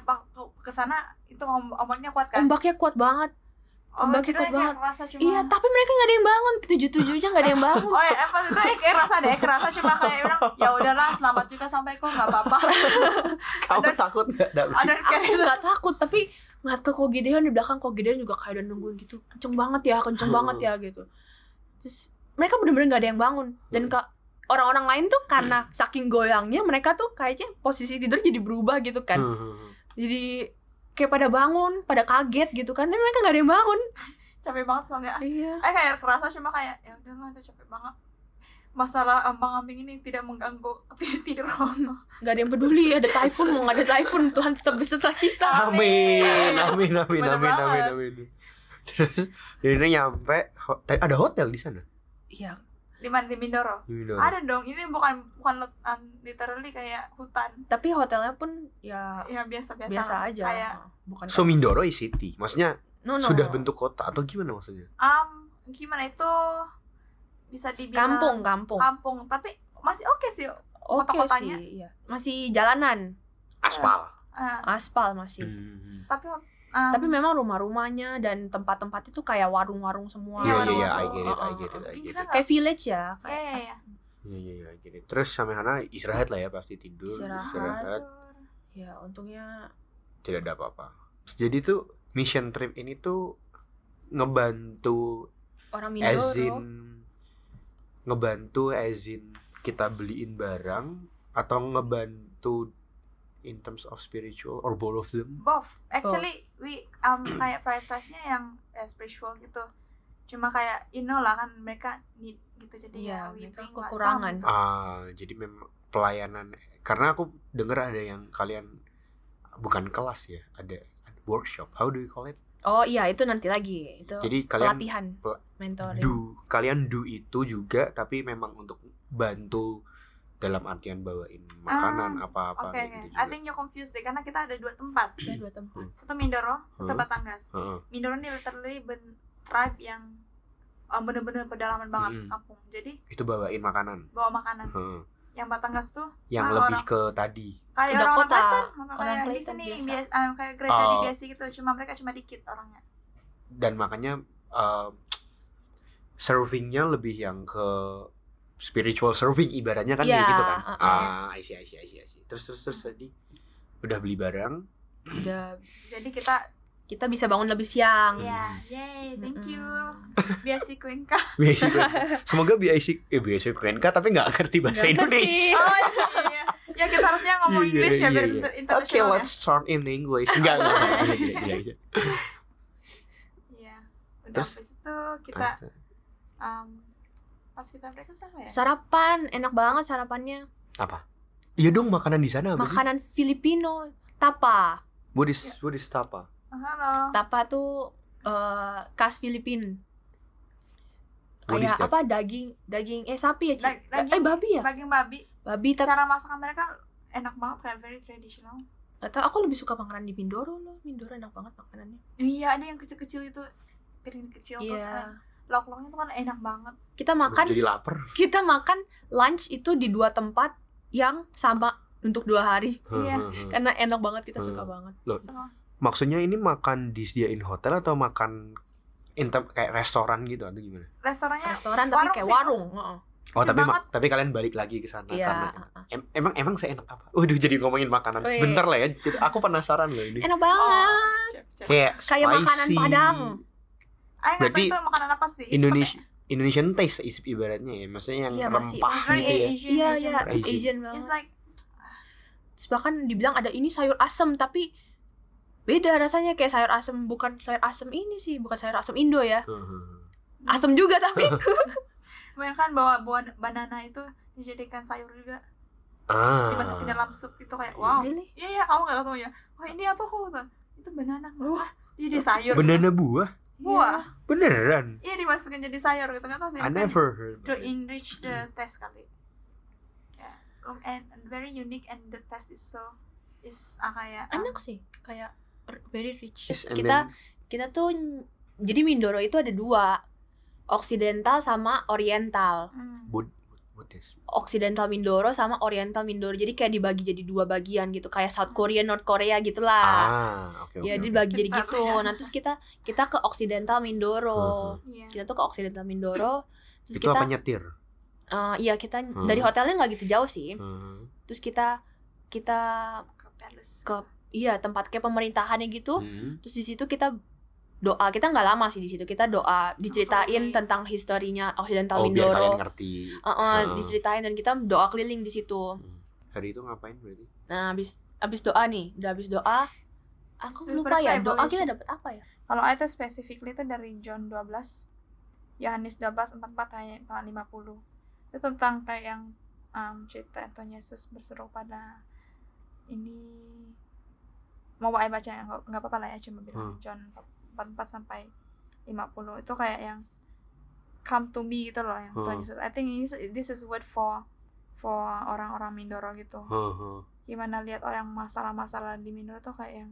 Speaker 4: ke sana itu om- ombaknya kuat kan?
Speaker 3: Ombaknya kuat banget. ombaknya kuat banget.
Speaker 4: tidurnya kayak Kerasa cuma
Speaker 3: Iya, tapi mereka nggak ada yang bangun. Tujuh-tujuhnya nggak ada yang bangun.
Speaker 4: Oh ya, eh, pas itu eh, kayak rasa deh, kerasa cuma kayak bilang ya udahlah selamat juga sampai kok nggak apa-apa.
Speaker 1: Kamu
Speaker 4: Ada-
Speaker 1: takut nggak Dami?
Speaker 4: Ada kayak
Speaker 3: Aku nggak takut, tapi ngeliat ke Ko Gideon di belakang Ko Gideon juga kayak udah nungguin gitu. Kenceng banget ya, kenceng banget ya gitu. Terus mereka bener-bener nggak ada yang bangun. Dan ke orang-orang lain tuh karena saking goyangnya mereka tuh kayaknya posisi tidur jadi berubah gitu kan.
Speaker 1: Heeh, heeh.
Speaker 3: jadi kayak pada bangun pada kaget gitu kan tapi mereka nggak ada yang bangun
Speaker 4: capek banget soalnya.
Speaker 3: iya
Speaker 4: Eh kayak kerasa cuma kayak ya udahlah udah capek banget. Masalah ambang-ambing ini tidak mengganggu tidur, tidur orang.
Speaker 3: nggak ada yang peduli ada typhoon mau nggak ada typhoon Tuhan tetap beserta kita
Speaker 1: Amin, amin, amin,
Speaker 4: Bener
Speaker 1: amin, amin,
Speaker 4: banget.
Speaker 1: amin. Terus ini nyampe hotel, ada hotel di sana
Speaker 3: iya
Speaker 4: Di mana di Mindoro?
Speaker 1: di Mindoro.
Speaker 4: Ada dong, ini bukan bukan let- um, literally kayak hutan
Speaker 3: tapi hotelnya pun ya
Speaker 4: ya biasa-biasa.
Speaker 3: biasa
Speaker 4: lah.
Speaker 3: aja
Speaker 4: Kayak
Speaker 3: bukan
Speaker 1: So Mindoro is city, maksudnya
Speaker 3: Oh, no, no.
Speaker 1: sudah bentuk kota atau gimana maksudnya?
Speaker 4: um, gimana itu bisa dibilang
Speaker 3: kampung kampung
Speaker 4: kampung tapi masih oke sih
Speaker 3: oke
Speaker 4: Kota-kotanya?
Speaker 3: sih iya. masih jalanan
Speaker 1: aspal
Speaker 4: Eh,
Speaker 3: aspal masih
Speaker 1: Hmm.
Speaker 4: tapi um,
Speaker 3: tapi memang rumah-rumahnya dan tempat-tempat itu kayak warung-warung semua
Speaker 1: Iya iya
Speaker 3: uh-uh.
Speaker 1: iya, I get
Speaker 4: warung-warung.
Speaker 3: oh,
Speaker 1: it, I get it, I get
Speaker 4: kita
Speaker 1: it.
Speaker 4: nggak
Speaker 3: kayak village ya
Speaker 4: ya,
Speaker 3: kayak
Speaker 4: ya, ya.
Speaker 1: Iya iya iya, I get it. Terus sama Hana istirahat lah ya pasti tidur,
Speaker 3: Istirahat.
Speaker 1: istirahat,
Speaker 3: ya untungnya
Speaker 1: tidak ada apa-apa. Jadi tuh mission trip ini tuh ngebantu
Speaker 3: orang
Speaker 1: as in
Speaker 3: Mindoro
Speaker 1: ngebantu as in kita beliin barang atau ngebantu in terms of spiritual or both of them.
Speaker 4: Both. Actually, we um kayak prioritasnya yang ya, spiritual gitu. Cuma kayak you know lah kan mereka need gitu jadi
Speaker 3: Iya,
Speaker 4: ya we
Speaker 3: mereka
Speaker 4: bring lah
Speaker 3: kekurangan.
Speaker 4: some.
Speaker 1: Ah, jadi memang pelayanan karena aku dengar ada yang kalian bukan kelas ya, ada, ada workshop. How do you call it?
Speaker 3: oh iya itu nanti lagi itu
Speaker 1: Jadi kalian
Speaker 3: pelatihan
Speaker 1: pel-
Speaker 3: mentoring
Speaker 1: do kalian do itu juga tapi memang untuk bantu dalam artian bawain makanan apa-apa
Speaker 4: Ah, Oke,
Speaker 1: kayak
Speaker 4: oke.
Speaker 1: gitu juga.
Speaker 4: I think you confused deh karena kita ada dua tempat.
Speaker 3: ada dua tempat
Speaker 4: Satu Mindoro, satu
Speaker 1: Hmm.
Speaker 4: Batangas.
Speaker 1: Heeh.
Speaker 4: Mindoro ini literally ben tribe yang um, bener-bener pedalaman
Speaker 1: Mm.
Speaker 4: banget kampung. Jadi
Speaker 1: itu bawain makanan.
Speaker 4: bawa makanan.
Speaker 1: Heeh.
Speaker 4: Yang Batangas tuh
Speaker 1: Yang
Speaker 4: Ah,
Speaker 1: lebih ke tadi.
Speaker 4: kayak
Speaker 3: Udah
Speaker 4: orang-orang
Speaker 3: kota.
Speaker 4: Klaten,
Speaker 3: Orang
Speaker 4: orang kayak di
Speaker 3: Klaten
Speaker 4: sini
Speaker 3: biasa.
Speaker 4: bias- um, kayak gereja di
Speaker 1: Oh.
Speaker 4: biasa gitu. Cuma mereka cuma dikit orangnya.
Speaker 1: Dan makanya eh, servingnya lebih yang ke spiritual serving ibaratnya kan
Speaker 3: Iya,
Speaker 1: kayak gitu kan.
Speaker 3: heeh.
Speaker 1: Ah, I see, I see, I see, I see. Terus terus terus tadi udah beli barang.
Speaker 3: udah
Speaker 4: Jadi kita
Speaker 3: kita bisa bangun lebih
Speaker 1: Hmm.
Speaker 3: siang
Speaker 4: Iya, yay, thank you.
Speaker 3: Mm-mm.
Speaker 4: Biasi Kuenka.
Speaker 1: BIC Kuenka. Semoga BIC eh BIC Kuenka tapi nggak ngerti bahasa
Speaker 3: Nggak ngerti.
Speaker 1: Indonesia.
Speaker 4: Oh iya. Ya kita harusnya
Speaker 3: Oh,
Speaker 4: ngomong
Speaker 1: Iya,
Speaker 4: Inggris ya
Speaker 1: iya,
Speaker 4: biar
Speaker 1: iya.
Speaker 4: inter- ya.
Speaker 1: Okay,
Speaker 4: international
Speaker 1: let's start in English. Enggak, enggak, enggak, Iya, enggak, enggak, enggak, enggak.
Speaker 4: ya. Iya. Udah
Speaker 1: Terus?
Speaker 4: habis itu kita um, pas kita break sama ya?
Speaker 3: Eh, sarapan enak banget sarapannya
Speaker 1: Iya dong makanan di sana apa sih?
Speaker 3: makanan Filipino tapa
Speaker 1: What is
Speaker 3: Iya.
Speaker 1: what is tapa?
Speaker 4: Ah, Halo.
Speaker 3: tapa tuh eh, khas Filipin
Speaker 1: What is
Speaker 3: kayak
Speaker 1: that?
Speaker 3: apa daging daging eh sapi ya Ci?
Speaker 4: Da- daging-
Speaker 3: eh babi ya
Speaker 4: Daging babi.
Speaker 3: babi tapi
Speaker 4: Cara masakan mereka enak banget kayak very traditional.
Speaker 3: nggak tahu, aku lebih suka makanan di Mindoro loh Mindoro enak banget makanannya
Speaker 4: Iya, ada yang kecil-kecil itu piring kecil terus
Speaker 3: iya
Speaker 4: kan lok-loknya tuh kan enak banget.
Speaker 3: kita makan Iya.
Speaker 1: Jadi lapar.
Speaker 3: kita makan lunch itu di dua tempat yang sama untuk dua hari
Speaker 4: Iya.
Speaker 3: karena enak banget kita suka
Speaker 1: Hmm.
Speaker 3: banget
Speaker 4: So,
Speaker 1: Maksudnya ini makan disediain hotel atau makan intem kayak restoran gitu atau gimana?
Speaker 4: restorannya
Speaker 1: Ah.
Speaker 3: restoran
Speaker 4: warung
Speaker 3: tapi kayak
Speaker 4: sih,
Speaker 3: warung heeh.
Speaker 1: Oh
Speaker 4: Kecil
Speaker 1: tapi ma- tapi kalian balik lagi ke sana
Speaker 3: iya
Speaker 1: karena em- emang emang seenak apa? Waduh jadi ngomongin makanan
Speaker 3: Wih.
Speaker 1: sebentar lah ya. Kita- Aku penasaran loh ini.
Speaker 3: enak banget
Speaker 4: Oh, siap, siap.
Speaker 1: Kayak
Speaker 3: Kayak makanan
Speaker 1: spicy.
Speaker 3: Padang.
Speaker 4: Ayo nggak tahu
Speaker 1: berarti
Speaker 4: itu makanan apa sih? Itu
Speaker 1: Indonesia Indonesian taste is- ibaratnya ya, maksudnya yang
Speaker 3: Iya, masih-
Speaker 1: rempah
Speaker 4: pakai-
Speaker 1: gitu ya.
Speaker 4: Asian,
Speaker 3: iya
Speaker 4: Asian.
Speaker 3: iya
Speaker 1: Asian.
Speaker 3: Asian
Speaker 4: It's
Speaker 3: banget
Speaker 4: like
Speaker 3: Terus bahkan dibilang ada ini sayur asem tapi beda rasanya kayak sayur asem bukan sayur asem ini sih bukan sayur asem Indo ya
Speaker 1: Heeh.
Speaker 3: asem juga tapi
Speaker 4: Kebanyakan bawa bawa banana itu dijadikan sayur juga
Speaker 1: Ah.
Speaker 4: dimasukin dalam sup itu kayak wow.
Speaker 3: really
Speaker 4: Iya iya kamu nggak tahu ya. Wah ini apa kok? Itu banana. Wah jadi sayur.
Speaker 1: Banana buah?
Speaker 4: Buah.
Speaker 1: Beneran?
Speaker 4: Iya dimasukin jadi sayur gitu nggak tahu sih.
Speaker 1: I never heard.
Speaker 4: To
Speaker 1: about it.
Speaker 4: enrich the taste kali. Ya. Um, And very unique and the taste is so is ah, kayak um,
Speaker 3: enak sih kayak r- very rich
Speaker 1: Yes, and
Speaker 3: kita
Speaker 1: then-
Speaker 3: kita tuh n- jadi Mindoro itu ada dua Occidental sama Oriental
Speaker 4: hmm.
Speaker 1: Bud- what is
Speaker 3: Occidental Mindoro sama Oriental Mindoro jadi kayak dibagi jadi dua bagian gitu kayak South Korea North Korea gitulah
Speaker 1: ah oke oke
Speaker 3: ya
Speaker 1: oke.
Speaker 3: dibagi jadi
Speaker 4: Pintar
Speaker 3: gitu
Speaker 4: ya.
Speaker 3: nah terus kita kita ke Occidental Mindoro
Speaker 4: Iya.
Speaker 3: kita tuh ke Occidental Mindoro
Speaker 1: Hmm,
Speaker 3: terus
Speaker 1: itu
Speaker 3: kita
Speaker 1: apa nyetir
Speaker 3: eh, iya kita
Speaker 1: Hmm.
Speaker 3: dari hotelnya nggak gitu jauh sih
Speaker 1: Heeh.
Speaker 3: terus kita kita
Speaker 4: Ke Perlis.
Speaker 3: Ke- iya tempat kayak pemerintahannya gitu
Speaker 1: Hmm.
Speaker 3: terus di situ kita doa kita nggak lama sih di situ kita doa diceritain
Speaker 4: Oke.
Speaker 3: tentang historinya Occidental
Speaker 1: iya. oh biar kalian
Speaker 3: Mindoro
Speaker 1: ngerti
Speaker 3: Eh, eh,
Speaker 1: Hmm.
Speaker 3: diceritain dan kita doa keliling di situ
Speaker 1: Hmm. hari itu ngapain berarti
Speaker 3: nah abis abis doa nih udah abis doa aku
Speaker 4: Terus
Speaker 3: lupa ya
Speaker 4: berarti
Speaker 3: doa
Speaker 4: evolution.
Speaker 3: kita dapat apa ya
Speaker 4: Kalau itu specifically itu dari John 12, Yohanes 12, 44, ayat 50. eh, Itu tentang kayak yang um, cerita Tuhan Yesus berseru pada ini mau ayat baca ya nggak nggak apa-apa lah ya cuma bilang
Speaker 1: Hmm.
Speaker 4: John 44 sampai 50 itu kayak yang come to me gitu loh yang Tuhan
Speaker 1: Hmm.
Speaker 4: Yesus. I think this, this is word for for orang-orang Mindoro gitu
Speaker 1: Heeh.
Speaker 4: gimana lihat orang masalah-masalah di Mindoro tuh kayak yang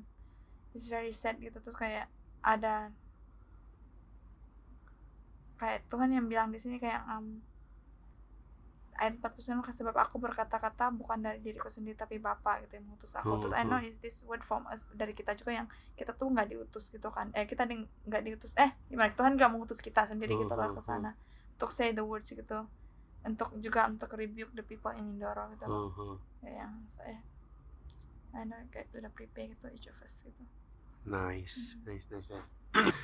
Speaker 4: it's very sad gitu terus kayak ada kayak Tuhan yang bilang di sini kayak um, ayat 49 maka sebab aku berkata-kata bukan dari diriku sendiri tapi Bapa gitu yang mengutus aku.
Speaker 1: Hmm,
Speaker 4: Terus I know
Speaker 1: hmm.
Speaker 4: is this word from us dari kita juga yang kita tuh nggak diutus gitu kan. Eh kita di- nggak diutus eh gimana Tuhan nggak mengutus kita sendiri
Speaker 1: Hmm,
Speaker 4: gitu lah
Speaker 1: hmm,
Speaker 4: ke sana. Untuk say the words gitu. Untuk juga untuk rebuke the people yang mendorong gitu loh.
Speaker 1: Mhm.
Speaker 4: Kayak yang saya I know guys sudah prepare gitu each of us gitu.
Speaker 1: Nice, nice, nice, nice.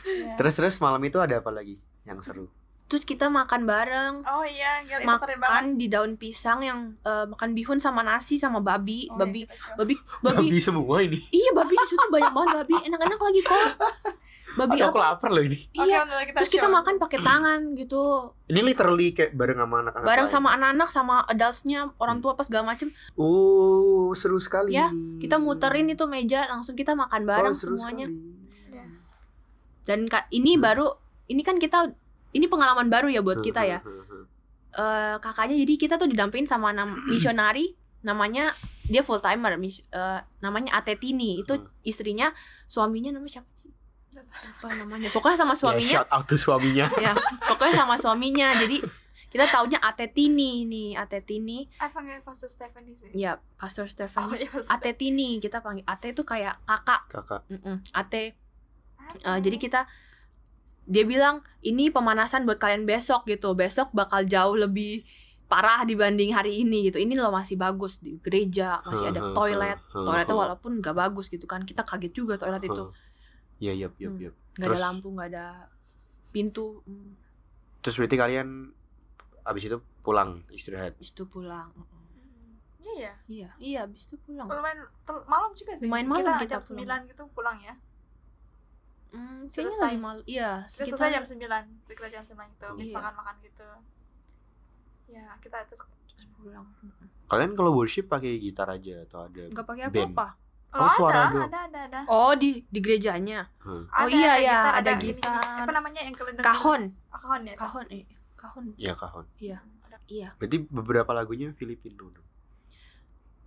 Speaker 4: Ya.
Speaker 1: Terus terus malam itu ada apa lagi yang seru?
Speaker 3: Terus kita makan bareng,
Speaker 4: Oh iya, gila, itu keren banget.
Speaker 3: makan di daun pisang yang eh, makan bihun sama nasi sama babi,
Speaker 4: Oh,
Speaker 3: babi,
Speaker 4: iya, itu.
Speaker 3: babi, babi,
Speaker 1: Babi semua ini.
Speaker 3: Iya babi di situ banyak banget babi, enak-enak lagi kok. Babi
Speaker 1: Aduh,
Speaker 3: apa?
Speaker 1: aku lapar loh ini.
Speaker 4: Oke,
Speaker 3: Iya.
Speaker 4: udah, kita
Speaker 3: Terus kita
Speaker 4: show.
Speaker 3: makan pakai tangan gitu,
Speaker 1: Ini literally kayak bareng sama anak-anak.
Speaker 3: bareng
Speaker 1: lain.
Speaker 3: sama anak-anak, sama adultsnya, orang tua apa segala macem.
Speaker 1: Oh, seru sekali.
Speaker 3: Ya, Kita muterin itu meja, langsung kita makan
Speaker 1: Oh,
Speaker 3: bareng
Speaker 1: seru
Speaker 3: semuanya. Ya.
Speaker 1: sekali.
Speaker 4: Iya.
Speaker 3: Dan ka- ini
Speaker 1: Hmm.
Speaker 3: baru, ini kan kita, ini pengalaman baru ya buat kita
Speaker 1: Hmm,
Speaker 3: ya. Eh, kakaknya jadi kita tuh didampingin sama
Speaker 1: Hmm.
Speaker 3: nam- misionari, namanya dia full timer, mis- eh, namanya Atetini, itu
Speaker 1: Hmm.
Speaker 3: istrinya, suaminya namanya siapa sih? Apa namanya? Pokoknya sama
Speaker 1: Ya,
Speaker 3: suaminya
Speaker 1: shout out to suaminya.
Speaker 3: pokoknya sama suaminya jadi kita taunya Atetini nih Atetini
Speaker 4: I panggil Pastor Stephanie sih.
Speaker 3: ya Pastor Stefan
Speaker 4: iya,
Speaker 3: Atetini kita panggil Ate itu kayak kakak
Speaker 1: Kakak.
Speaker 3: Mm-mm, Ate Eh, jadi kita dia bilang ini pemanasan buat kalian besok gitu besok bakal jauh lebih parah dibanding hari ini gitu ini loh masih bagus di gereja masih
Speaker 1: Hmm,
Speaker 3: ada toilet toiletnya walaupun nggak bagus gitu kan kita kaget juga toilet itu
Speaker 1: Iya, iya, iya,
Speaker 3: Hmm.
Speaker 1: iya.
Speaker 3: nggak ada
Speaker 1: Terus?
Speaker 3: lampu nggak ada pintu Hmm,
Speaker 1: Terus berarti kalian abis itu pulang istirahat.
Speaker 3: habis itu pulang Mm-mm.
Speaker 4: Iya ya.
Speaker 3: iya iya habis itu pulang
Speaker 4: Lumayan tel- malam juga sih.
Speaker 3: Lumayan malam kita
Speaker 4: jam
Speaker 3: pulang.
Speaker 4: 9 gitu pulang ya.
Speaker 3: Hmm,
Speaker 4: Selesai.
Speaker 3: selesai mal iya
Speaker 4: Kita
Speaker 3: sekitar
Speaker 4: selesai jam 9. Sekitar jam 9 gitu. Habis
Speaker 3: Iya.
Speaker 4: makan-makan gitu. Ya, kita terus
Speaker 3: terus pulang
Speaker 1: Kalian kalau worship pakai gitar aja atau ada?
Speaker 3: nggak pakai
Speaker 1: Band.
Speaker 3: apa-apa
Speaker 1: Oh, suara
Speaker 4: ada,
Speaker 1: doang.
Speaker 4: ada, ada, ada.
Speaker 3: oh di di gerejanya
Speaker 1: Hmm.
Speaker 3: Oh, iya, iya,
Speaker 4: gitar,
Speaker 3: ada
Speaker 4: ini,
Speaker 3: gitar.
Speaker 4: ini. Apa namanya yang kelendang?
Speaker 3: kahon
Speaker 4: Ah, Kahon ya.
Speaker 3: kahon eh kahon
Speaker 1: Ya kahon.
Speaker 4: Ada.
Speaker 3: iya
Speaker 1: Berarti beberapa lagunya Filipino dong.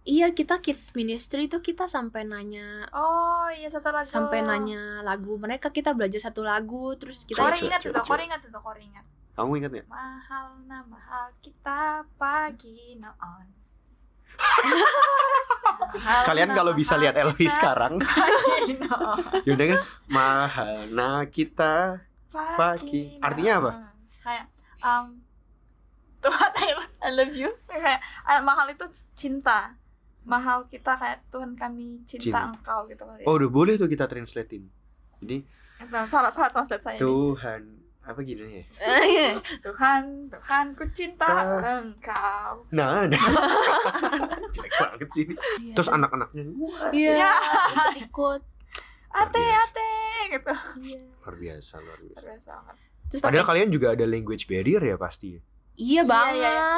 Speaker 3: iya kita kids ministry tuh kita sampai nanya
Speaker 4: Oh, iya satu lagu.
Speaker 3: sampai nanya lagu mereka kita belajar satu lagu terus kita
Speaker 1: Sorry.
Speaker 4: Kori
Speaker 1: Cuk,
Speaker 4: ingat
Speaker 1: cuk,
Speaker 4: itu,
Speaker 1: cuk.
Speaker 4: kori ingat itu, kori ingat.
Speaker 1: Kamu ingat nggak?
Speaker 4: Mahal na mahal kita pagi no on. Mahal
Speaker 1: Kalian
Speaker 4: na
Speaker 1: kalau bisa
Speaker 4: mahal
Speaker 1: lihat Elvi
Speaker 4: kita
Speaker 1: sekarang,
Speaker 4: Pagi no on.
Speaker 1: yaudah kan mahal. Nah kita Pagi. Artinya apa?
Speaker 4: Kayak um, Tuhan I, I love you. Kayak eh, mahal itu cinta. Mahal kita kayak Tuhan kami cinta,
Speaker 1: Cinta.
Speaker 4: engkau gitu kali.
Speaker 1: Oh, udah boleh tuh kita translatein.
Speaker 3: Iya,
Speaker 1: Jadi
Speaker 4: Nah, salah salah translate saya. ini.
Speaker 1: Tuhan apa gitu ya?
Speaker 3: Iya.
Speaker 4: Tuhan, Tuhan ku cinta
Speaker 1: Ta-
Speaker 4: engkau.
Speaker 1: Nah, nah. Jelek banget sih ini. Terus anak-anaknya wah,
Speaker 3: iya
Speaker 4: Ya.
Speaker 3: kita ikut
Speaker 4: Ate
Speaker 1: Luar biasa.
Speaker 4: ate gitu.
Speaker 3: iya
Speaker 1: luar biasa, luar biasa.
Speaker 4: Luar biasa banget.
Speaker 3: terus iya pas
Speaker 1: Padahal kan- kalian juga ada language barrier ya pasti.
Speaker 3: iya
Speaker 4: Iya,
Speaker 3: banget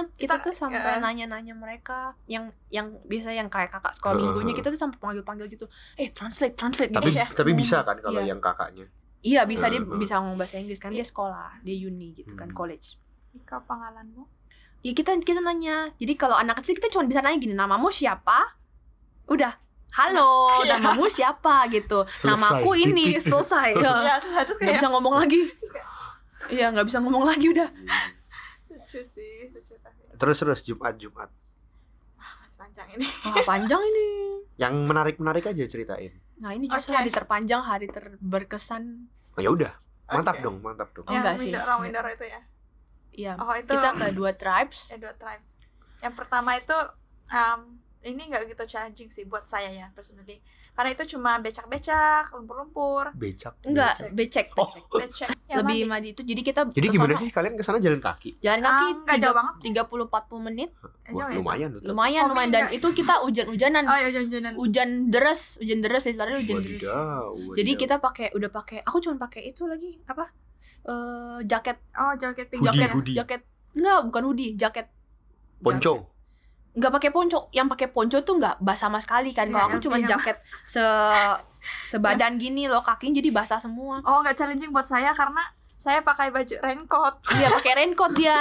Speaker 4: iya,
Speaker 3: kita,
Speaker 4: Kita-
Speaker 3: tuh sampai
Speaker 4: iya.
Speaker 3: nanya-nanya mereka yang yang biasa yang kayak kakak sekolah
Speaker 1: Heeh,
Speaker 3: minggunya
Speaker 1: heeh.
Speaker 3: kita tuh sampai panggil-panggil gitu eh translate translate gitu
Speaker 1: Tapi
Speaker 4: Iya.
Speaker 1: tapi bisa kan kalau
Speaker 3: Iya.
Speaker 1: yang kakaknya.
Speaker 3: Iya bisa dia
Speaker 1: Mhm.
Speaker 3: bisa ngomong bahasa Inggris kan dia sekolah dia uni gitu kan
Speaker 1: Hmm.
Speaker 3: college.
Speaker 4: Ika pangalanmu?
Speaker 3: Ya kita kita nanya. Jadi kalau anak kecil kita cuma bisa nanya gini namamu siapa? Udah halo
Speaker 4: Iya.
Speaker 3: namamu siapa gitu. Namaku ini
Speaker 1: titik.
Speaker 3: selesai. Ya.
Speaker 4: Ya,
Speaker 1: Eh,
Speaker 4: terus
Speaker 3: Nggak
Speaker 4: kayak
Speaker 3: bisa ngomong lagi. Iya nggak bisa ngomong lagi udah.
Speaker 4: lucu sih, lucu tapi Ah,
Speaker 1: Terus terus Jumat Jumat.
Speaker 4: masih Ah, panjang ini.
Speaker 3: Wah panjang ini.
Speaker 1: Yang menarik-menarik aja ceritain.
Speaker 3: Nah ini justru
Speaker 4: Oke.
Speaker 3: hari terpanjang hari terberkesan.
Speaker 1: Oh ya udah, mantap
Speaker 4: Oke.
Speaker 1: dong, mantap dong.
Speaker 3: Oh,
Speaker 4: yang
Speaker 3: enggak sih.
Speaker 4: Mindoro, Mindoro itu ya.
Speaker 3: Iya
Speaker 4: Oh, itu
Speaker 3: kita ke dua tribes.
Speaker 4: eh, dua tribe. Yang pertama itu um, ini nggak gitu challenging sih buat saya ya personally. Karena itu cuma becak-becak, lumpur-lumpur,
Speaker 1: Becak. becak.
Speaker 3: Enggak becek.
Speaker 1: Oh,
Speaker 3: becek.
Speaker 4: becek. ya yang
Speaker 3: Lebih
Speaker 4: Iya, mandi.
Speaker 3: mandi itu jadi kita
Speaker 1: jadi
Speaker 3: kesana-
Speaker 1: gimana sih kalian ke sana jalan kaki?
Speaker 3: Jalan kaki
Speaker 4: Ah, nggak jauh banget.
Speaker 3: 30 40 menit
Speaker 4: Eh,
Speaker 1: Wah,
Speaker 4: jauh ya?
Speaker 1: lumayan tuh.
Speaker 3: lumayan
Speaker 4: Oh,
Speaker 3: lumayan dan itu kita hujan-hujanan
Speaker 4: Oh, iya jalan-jalan.
Speaker 3: hujan deres hujan deres literally hujan deres
Speaker 1: Wadidaw,
Speaker 3: jadi
Speaker 1: wadidaw.
Speaker 3: kita pakai udah pakai aku cuma pakai itu lagi apa Eh jaket
Speaker 4: Oh, jaket pink
Speaker 1: Hoodie,
Speaker 4: jaket.
Speaker 1: hoodie.
Speaker 3: jaket enggak bukan hoodie jaket
Speaker 1: poncong.
Speaker 3: nggak pakai ponco yang pakai ponco tuh nggak basah sama sekali kan
Speaker 4: Iya,
Speaker 3: kalau aku
Speaker 4: ngerti,
Speaker 3: cuma
Speaker 4: iya.
Speaker 3: jaket se sebadan gini loh kakinya jadi basah semua
Speaker 4: Oh, nggak challenging buat saya karena saya pakai baju raincoat.
Speaker 3: dia Iya, pakai raincoat dia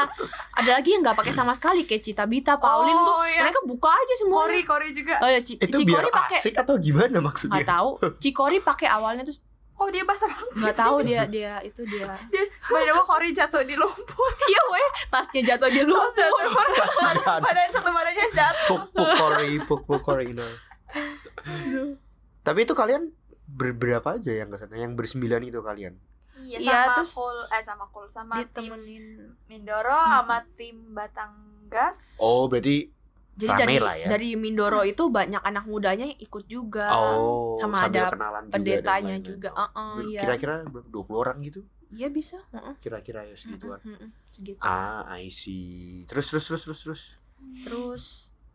Speaker 3: ada lagi yang nggak pakai sama sekali kayak Cita Bita Pauline tuh
Speaker 4: Oh, iya.
Speaker 3: mereka buka aja semua
Speaker 4: Kori, kori juga.
Speaker 3: oh ya Ci-
Speaker 1: Itu biar
Speaker 3: Cikori pakai
Speaker 1: asik atau gimana maksudnya?
Speaker 3: nggak tahu Cikori pakai awalnya tuh
Speaker 4: Kok Oh, dia bahasa Perancis?
Speaker 3: nggak tahu dia dia itu dia
Speaker 4: Dia- By the way, Kori jatuh di lumpur.
Speaker 3: iya weh tasnya jatuh aja lu
Speaker 4: Jatuh di lumpur.
Speaker 1: Kasihan.
Speaker 4: Badan satu badannya jatuh.
Speaker 1: Puk puk kori, puk puk kori. no. Tapi itu kalian berberapa aja yang kesana? Yang bersembilan itu kalian?
Speaker 4: Iya,
Speaker 3: Iya,
Speaker 4: sama
Speaker 3: terus
Speaker 4: Kul, eh sama Kul, sama tim
Speaker 3: ditemenin
Speaker 4: Mindoro, sama tim Batanggas.
Speaker 1: Oh, berarti
Speaker 3: jadi
Speaker 1: Rame
Speaker 3: dari
Speaker 1: lah ya.
Speaker 3: dari Mindoro itu banyak anak mudanya yang ikut juga
Speaker 1: oh
Speaker 3: sama
Speaker 1: sambil
Speaker 3: ada
Speaker 1: kenalan juga dan
Speaker 3: pendetanya
Speaker 1: lain-lain.
Speaker 3: juga
Speaker 1: Oh.
Speaker 3: Heeh, iya
Speaker 1: Kira-kira berapa? 20 orang gitu?
Speaker 3: iya bisa Heeh,
Speaker 1: Kira-kira ya segituan.
Speaker 3: heeh, heeh, segitu
Speaker 1: Ah, I see. Terus terus terus terus terus.
Speaker 3: terus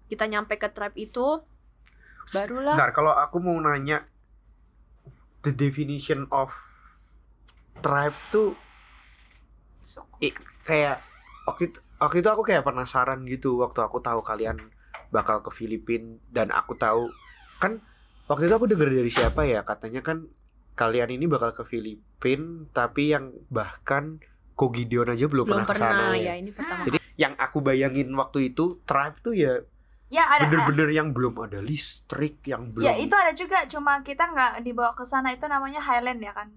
Speaker 3: kita nyampe ke tribe itu barulah
Speaker 1: Bentar, kalau aku mau nanya the definition of tribe tuh
Speaker 4: Suku.
Speaker 1: i- kayak waktu itu, waktu itu aku kayak penasaran gitu waktu aku tahu kalian bakal ke Filipina dan aku tahu kan waktu itu aku denger dari siapa ya katanya kan kalian ini bakal ke Filipina tapi yang bahkan Kogideon aja belum, pernah,
Speaker 3: belum
Speaker 1: kesana
Speaker 3: pernah
Speaker 1: ya.
Speaker 4: iya,
Speaker 3: ya ini pertama
Speaker 1: Jadi yang aku bayangin waktu itu tribe tuh ya
Speaker 4: Ya ada.
Speaker 1: bener-bener yang belum ada listrik yang belum
Speaker 4: Ya itu ada juga, cuma kita nggak dibawa ke sana itu namanya Highland ya kan.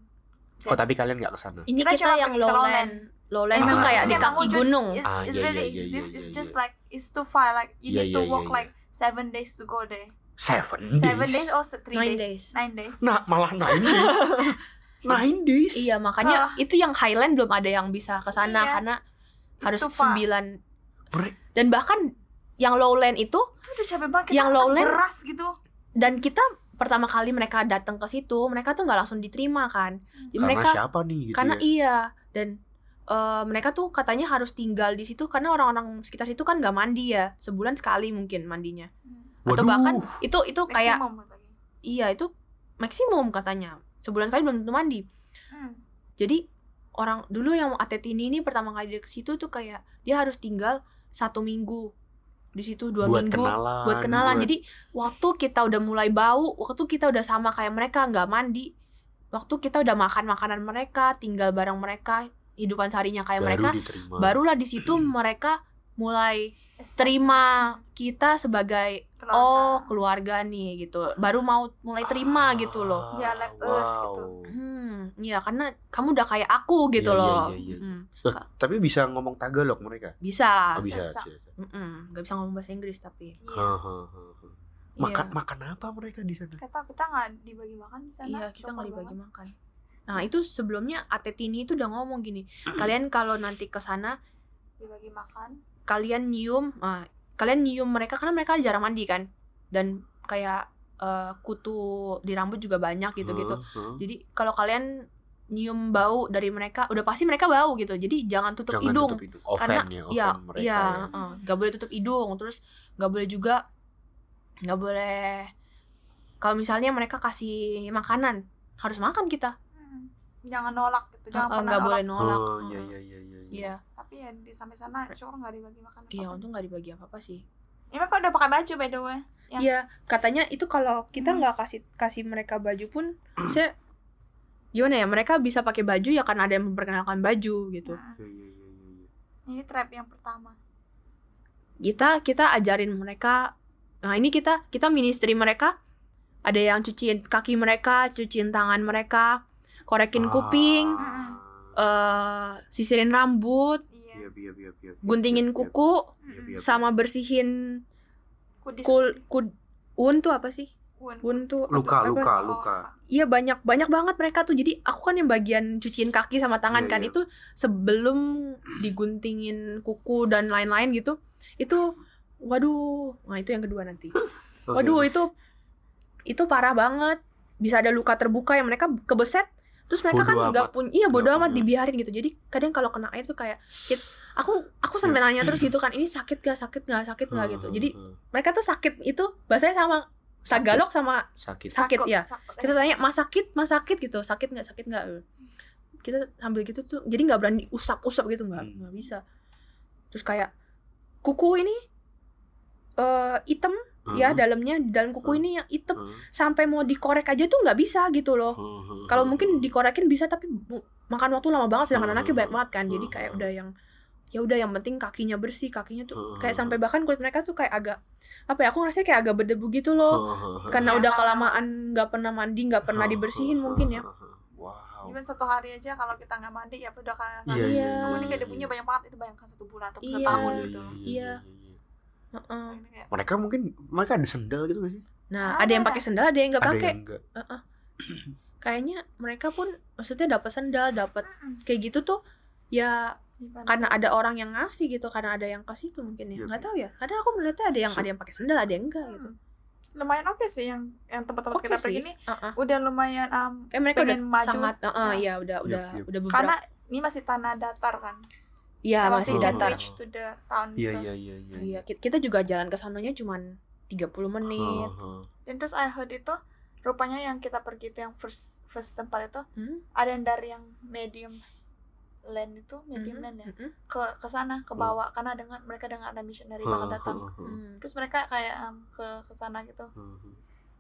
Speaker 1: Oh tapi kalian nggak kesana?
Speaker 3: ini
Speaker 4: Kita
Speaker 3: kita,
Speaker 4: cuma
Speaker 3: yang
Speaker 4: pergi ke
Speaker 3: lowland lowland
Speaker 1: Ah.
Speaker 3: itu kayak di
Speaker 1: Yang
Speaker 3: kaki
Speaker 4: wujud-
Speaker 3: gunung
Speaker 4: It's,
Speaker 1: Ah,
Speaker 4: it's
Speaker 1: iya,
Speaker 4: really
Speaker 1: iya, iya,
Speaker 4: exist.
Speaker 1: iya,
Speaker 4: It's
Speaker 1: iya.
Speaker 4: just like it's too far. Like you
Speaker 1: Iya,
Speaker 4: need
Speaker 1: iya,
Speaker 4: to
Speaker 1: iya,
Speaker 4: walk
Speaker 1: iya.
Speaker 4: like seven days to go there.
Speaker 1: Seven days.
Speaker 4: Seven days oh. or three
Speaker 3: nine
Speaker 4: days?
Speaker 3: days
Speaker 4: Nine days.
Speaker 1: Nah malah nine days. nine days.
Speaker 3: iya makanya itu yang Highland belum ada yang bisa ke sana
Speaker 4: Iya.
Speaker 3: karena
Speaker 4: It's
Speaker 3: harus
Speaker 4: too far.
Speaker 3: sembilan
Speaker 1: Bre-
Speaker 3: dan bahkan yang lowland itu
Speaker 4: Itu udah capek banget.
Speaker 3: Yang
Speaker 4: kita
Speaker 3: lowland-
Speaker 4: beras gitu.
Speaker 3: dan kita pertama kali mereka datang ke situ mereka tuh nggak langsung diterima kan Jadi
Speaker 1: Karena
Speaker 3: mereka
Speaker 1: siapa nih? Gitu
Speaker 3: karena
Speaker 1: ya?
Speaker 3: iya dan eh, mereka tuh katanya harus tinggal di situ karena orang-orang sekitar situ kan nggak mandi ya sebulan sekali mungkin mandinya atau
Speaker 1: Waduh.
Speaker 3: bahkan itu itu kayak
Speaker 4: Maximum lagi.
Speaker 3: iya itu maksimum katanya sebulan sekali belum tentu mandi
Speaker 4: Hmm.
Speaker 3: jadi orang dulu yang Atet ini ini pertama kali dia ke situ tuh kayak dia harus tinggal satu minggu di situ dua
Speaker 1: buat
Speaker 3: minggu
Speaker 1: kenalan.
Speaker 3: buat kenalan.
Speaker 1: buat-
Speaker 3: Jadi waktu kita udah mulai bau, waktu kita udah sama kayak mereka nggak mandi, waktu kita udah makan makanan mereka, tinggal bareng mereka, hidupan seharinya kayak
Speaker 1: baru
Speaker 3: mereka,
Speaker 1: diterima.
Speaker 3: barulah di situ mereka mulai terima kita sebagai
Speaker 4: Keluarga.
Speaker 3: oh keluarga nih gitu, baru mau mulai terima gitu loh.
Speaker 1: Ah,
Speaker 4: Ya, like us gitu.
Speaker 3: Hmm, iya karena kamu udah kayak aku gitu
Speaker 1: Iya, iya,
Speaker 3: loh.
Speaker 1: iya, iya.
Speaker 3: Mm,
Speaker 1: Loh, tapi bisa ngomong Tagalog mereka?
Speaker 3: bisa.
Speaker 1: Oh, bisa.
Speaker 4: bisa.
Speaker 1: bisa.
Speaker 3: Mm-mm, nggak bisa ngomong bahasa Inggris tapi.
Speaker 1: Ha,
Speaker 4: Iya.
Speaker 1: ha, ha, ha. Makan
Speaker 3: Iya.
Speaker 1: makan apa mereka di sana?
Speaker 4: Kata kita nggak dibagi makan di sana. Gitu,
Speaker 3: Iya, kita
Speaker 4: syukur
Speaker 3: nggak dibagi
Speaker 4: banget.
Speaker 3: makan. Nah, itu sebelumnya Atetini itu udah ngomong gini, kalian kalau nanti ke sana
Speaker 4: Dibagi makan.
Speaker 3: kalian nyium, ah, kalian nyium mereka karena mereka jarang mandi kan. Dan kayak eh, kutu di rambut juga banyak
Speaker 1: Ha,
Speaker 3: gitu-gitu.
Speaker 1: ha.
Speaker 3: Jadi kalau kalian nyium bau dari mereka, udah pasti mereka bau gitu. Jadi jangan tutup
Speaker 1: Jangan
Speaker 3: hidung.
Speaker 1: tutup hidung. Oven ya,
Speaker 3: Karena-
Speaker 1: oven
Speaker 3: Iya,
Speaker 1: mereka.
Speaker 3: iya,
Speaker 1: ya.
Speaker 3: heeh. nggak boleh tutup hidung, terus nggak boleh juga nggak boleh kalau misalnya mereka kasih makanan, harus makan kita.
Speaker 4: Hmm. Jangan nolak gitu. Jangan
Speaker 3: Heeh,
Speaker 4: pernah
Speaker 3: nggak
Speaker 4: nolak.
Speaker 3: boleh nolak.
Speaker 1: Oh,
Speaker 3: heeh.
Speaker 1: iya, iya, iya, iya, iya.
Speaker 3: Iya,
Speaker 4: Tapi ya di sampai sana syukur nggak dibagi makan.
Speaker 3: iya
Speaker 4: apa-apa.
Speaker 3: untung nggak dibagi apa-apa sih.
Speaker 4: Ini mereka udah pakai baju by the way. Ya. Hmm.
Speaker 3: Iya, katanya itu kalau kita nggak kasih kasih mereka baju pun saya gimana ya mereka bisa pakai baju ya karena ada yang memperkenalkan baju gitu.
Speaker 4: Hmm.
Speaker 1: Iya, iya, iya, iya, iya.
Speaker 4: Ini trap yang pertama.
Speaker 3: Kita kita ajarin mereka. Nah, ini kita kita ministry mereka ada yang cuciin kaki mereka, cuciin tangan mereka, korekin kuping,
Speaker 1: Ah.
Speaker 3: eh sisirin rambut,
Speaker 4: Iya.
Speaker 1: Iya, iya, iya, iya, iya. Iya,
Speaker 3: guntingin
Speaker 1: iya,
Speaker 3: kuku,
Speaker 1: iya,
Speaker 4: Mm-mm.
Speaker 1: iya, iya.
Speaker 3: sama bersihin
Speaker 4: Kudis.
Speaker 3: kul kud un tuh apa sih?
Speaker 4: Kun.
Speaker 3: Un tuh
Speaker 1: luka
Speaker 3: apa?
Speaker 1: luka
Speaker 4: Oh,
Speaker 1: luka
Speaker 3: Iya banyak banyak banget mereka tuh. Jadi aku kan yang bagian cuciin kaki sama tangan
Speaker 1: Iya,
Speaker 3: kan
Speaker 1: iya.
Speaker 3: itu sebelum diguntingin kuku dan lain-lain gitu. Itu waduh, nah itu yang kedua nanti. Waduh itu itu parah banget. Bisa ada luka terbuka yang mereka kebeset terus mereka
Speaker 1: Bodo
Speaker 3: kan nggak
Speaker 1: amat.
Speaker 3: punya iya bodo
Speaker 1: Nggak ya.
Speaker 3: amat
Speaker 1: punya.
Speaker 3: dibiarin gitu jadi kadang kalau kena air tuh kayak "Kit, aku aku sampai
Speaker 1: Iya.
Speaker 3: nanya terus gitu kan ini sakit gak sakit gak sakit gak
Speaker 1: Ah.
Speaker 3: gitu jadi mereka tuh sakit itu bahasanya sama tagalog sama
Speaker 1: sakit
Speaker 3: sakit ya
Speaker 4: Sakut.
Speaker 3: kita tanya mas sakit mas sakit gitu sakit nggak sakit nggak kita sambil gitu tuh jadi nggak berani usap usap gitu nggak
Speaker 1: Hmm.
Speaker 3: nggak bisa terus kayak kuku ini eh hitam ya dalamnya di dalam kuku
Speaker 1: Hmm.
Speaker 3: ini yang hitam sampai mau dikorek aja tuh nggak bisa gitu loh
Speaker 1: Hmm.
Speaker 3: kalau mungkin dikorekin bisa tapi bu- makan waktu lama banget sedangkan
Speaker 1: Hmm.
Speaker 3: anaknya banyak banget kan jadi kayak
Speaker 1: Hmm.
Speaker 3: udah yang ya udah yang penting kakinya bersih kakinya tuh kayak
Speaker 1: Hmm.
Speaker 3: sampai bahkan kulit mereka tuh kayak agak apa ya aku ngerasa kayak agak berdebu gitu loh
Speaker 1: Oh,
Speaker 3: karena
Speaker 4: Iya.
Speaker 3: udah kelamaan nggak pernah mandi nggak pernah dibersihin mungkin ya
Speaker 4: even satu hari aja kalau kita nggak mandi ya udah kan
Speaker 3: Iya, iya.
Speaker 4: kemudian kayak debunya banyak banget itu bayangkan satu bulan atau
Speaker 3: Iya.
Speaker 4: satu tahun gitu
Speaker 3: Iya.
Speaker 1: iya.
Speaker 3: Heeh.
Speaker 4: Ini kayak,
Speaker 1: Mereka mungkin mereka ada sendal gitu gak sih?
Speaker 3: Nah,
Speaker 4: Ada.
Speaker 3: ada yang pakai sendal, ada yang nggak
Speaker 1: Ada
Speaker 3: pakai.
Speaker 1: yang enggak.
Speaker 3: Kayaknya mereka pun maksudnya dapat sendal, dapat
Speaker 4: Mm-mm.
Speaker 3: kayak gitu tuh ya
Speaker 4: hmm, gimana?
Speaker 3: karena ada orang yang ngasih gitu, karena ada yang kasih itu mungkin ya.
Speaker 1: Iya,
Speaker 3: Nggak tahu ya. Kadang aku melihatnya ada yang
Speaker 1: So-
Speaker 3: ada yang pakai sendal, ada yang enggak gitu.
Speaker 4: Hmm. lumayan oke sih yang yang tempat-tempat
Speaker 3: Oke
Speaker 4: kita
Speaker 3: sih.
Speaker 4: pergi ini
Speaker 3: Heeh.
Speaker 4: udah lumayan um,
Speaker 3: Kayak mereka udah
Speaker 4: Pengen maju.
Speaker 3: sangat heeh
Speaker 4: Nah.
Speaker 3: ya udah
Speaker 1: Yup,
Speaker 3: udah
Speaker 1: yup.
Speaker 3: udah beberapa.
Speaker 4: karena ini masih tanah datar kan
Speaker 3: Iya,
Speaker 4: Kalau
Speaker 3: masih
Speaker 4: sebelum
Speaker 3: datar.
Speaker 4: reach to the town
Speaker 1: Iya
Speaker 4: gitu.
Speaker 1: iya iya iya.
Speaker 3: Iya, ki- kita juga jalan ke sananya cuman 30 menit.
Speaker 1: Ha, ha.
Speaker 4: dan terus I heard itu rupanya yang kita pergi itu yang first first tempat itu
Speaker 3: Hmm?
Speaker 4: ada yang dari yang medium land itu medium
Speaker 3: Mhm,
Speaker 4: land ya
Speaker 3: mhm,
Speaker 4: ke ke sana
Speaker 1: Hmm.
Speaker 4: ke bawah karena dengar mereka dengar ada missionary bakal
Speaker 1: Ha,
Speaker 4: datang
Speaker 1: ha, ha.
Speaker 3: mhm.
Speaker 4: terus mereka kayak um, ke ke sana gitu
Speaker 1: Ha, ha.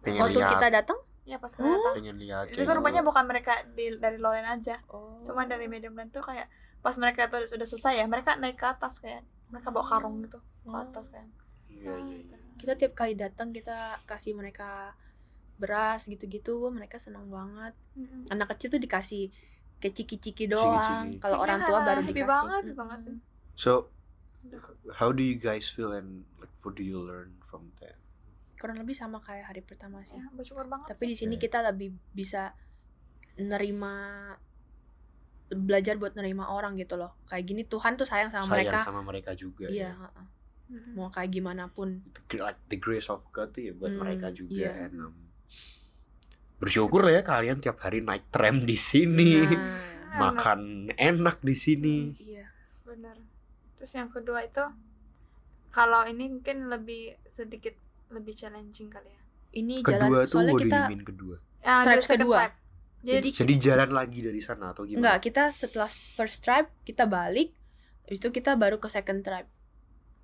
Speaker 1: Pengen
Speaker 3: Hmm. Waktu
Speaker 1: lihat,
Speaker 3: kita datang,
Speaker 4: ya pas kita
Speaker 3: Oh.
Speaker 4: datang
Speaker 1: pengen lihat.
Speaker 4: itu
Speaker 1: kayak
Speaker 4: tuh rupanya
Speaker 1: gitu.
Speaker 4: bukan mereka di- dari low land aja
Speaker 3: oh.
Speaker 4: cuma dari medium land tuh kayak pas mereka tuh sudah selesai ya mereka naik ke atas kayak mereka bawa
Speaker 3: Hmm.
Speaker 4: karung gitu
Speaker 3: Oh.
Speaker 4: ke atas kayak
Speaker 1: Iya iya. iya.
Speaker 3: kita tiap kali datang kita kasih mereka beras gitu-gitu wah, mereka senang banget
Speaker 4: Mm-mm.
Speaker 3: anak kecil tuh dikasih ke ciki-ciki doang kalau orang tua baru dikasih Hmm,
Speaker 4: Ciki-ciki. kan Happy banget, happy banget sih.
Speaker 1: So how do you guys feel and like what do you learn from that?
Speaker 3: kurang lebih sama kayak hari pertama sih
Speaker 4: ya bersyukur banget
Speaker 3: tapi di
Speaker 4: sih.
Speaker 3: sini
Speaker 1: Oke.
Speaker 3: kita lebih bisa nerima belajar buat nerima orang gitu loh kayak gini Tuhan tuh sayang sama
Speaker 1: Sayang
Speaker 3: mereka
Speaker 1: sama mereka juga. ya.
Speaker 3: iya heeh.
Speaker 4: Mm-mm.
Speaker 3: mau kayak gimana pun
Speaker 1: The, gr- like the grace of God tuh ya buat
Speaker 3: Hmm,
Speaker 1: mereka juga
Speaker 3: iya.
Speaker 1: and, um, bersyukur lah ya kalian tiap hari naik tram di sini,
Speaker 3: Nah,
Speaker 1: makan enak di sini.
Speaker 3: iya
Speaker 4: bener terus yang kedua itu kalau ini mungkin lebih sedikit lebih challenging kali ya
Speaker 3: ini
Speaker 1: Kedua
Speaker 3: jalan
Speaker 1: tuh
Speaker 3: soalnya
Speaker 1: what do
Speaker 3: kita
Speaker 1: you mean kedua?
Speaker 4: Ah,
Speaker 3: Tribe
Speaker 4: dari second
Speaker 3: kedua.
Speaker 4: tribe. jadi,
Speaker 3: Jadi
Speaker 1: Jadi jalan lagi dari sana atau gimana?
Speaker 3: Enggak, kita setelah first tribe kita balik, habis itu kita baru ke second tribe.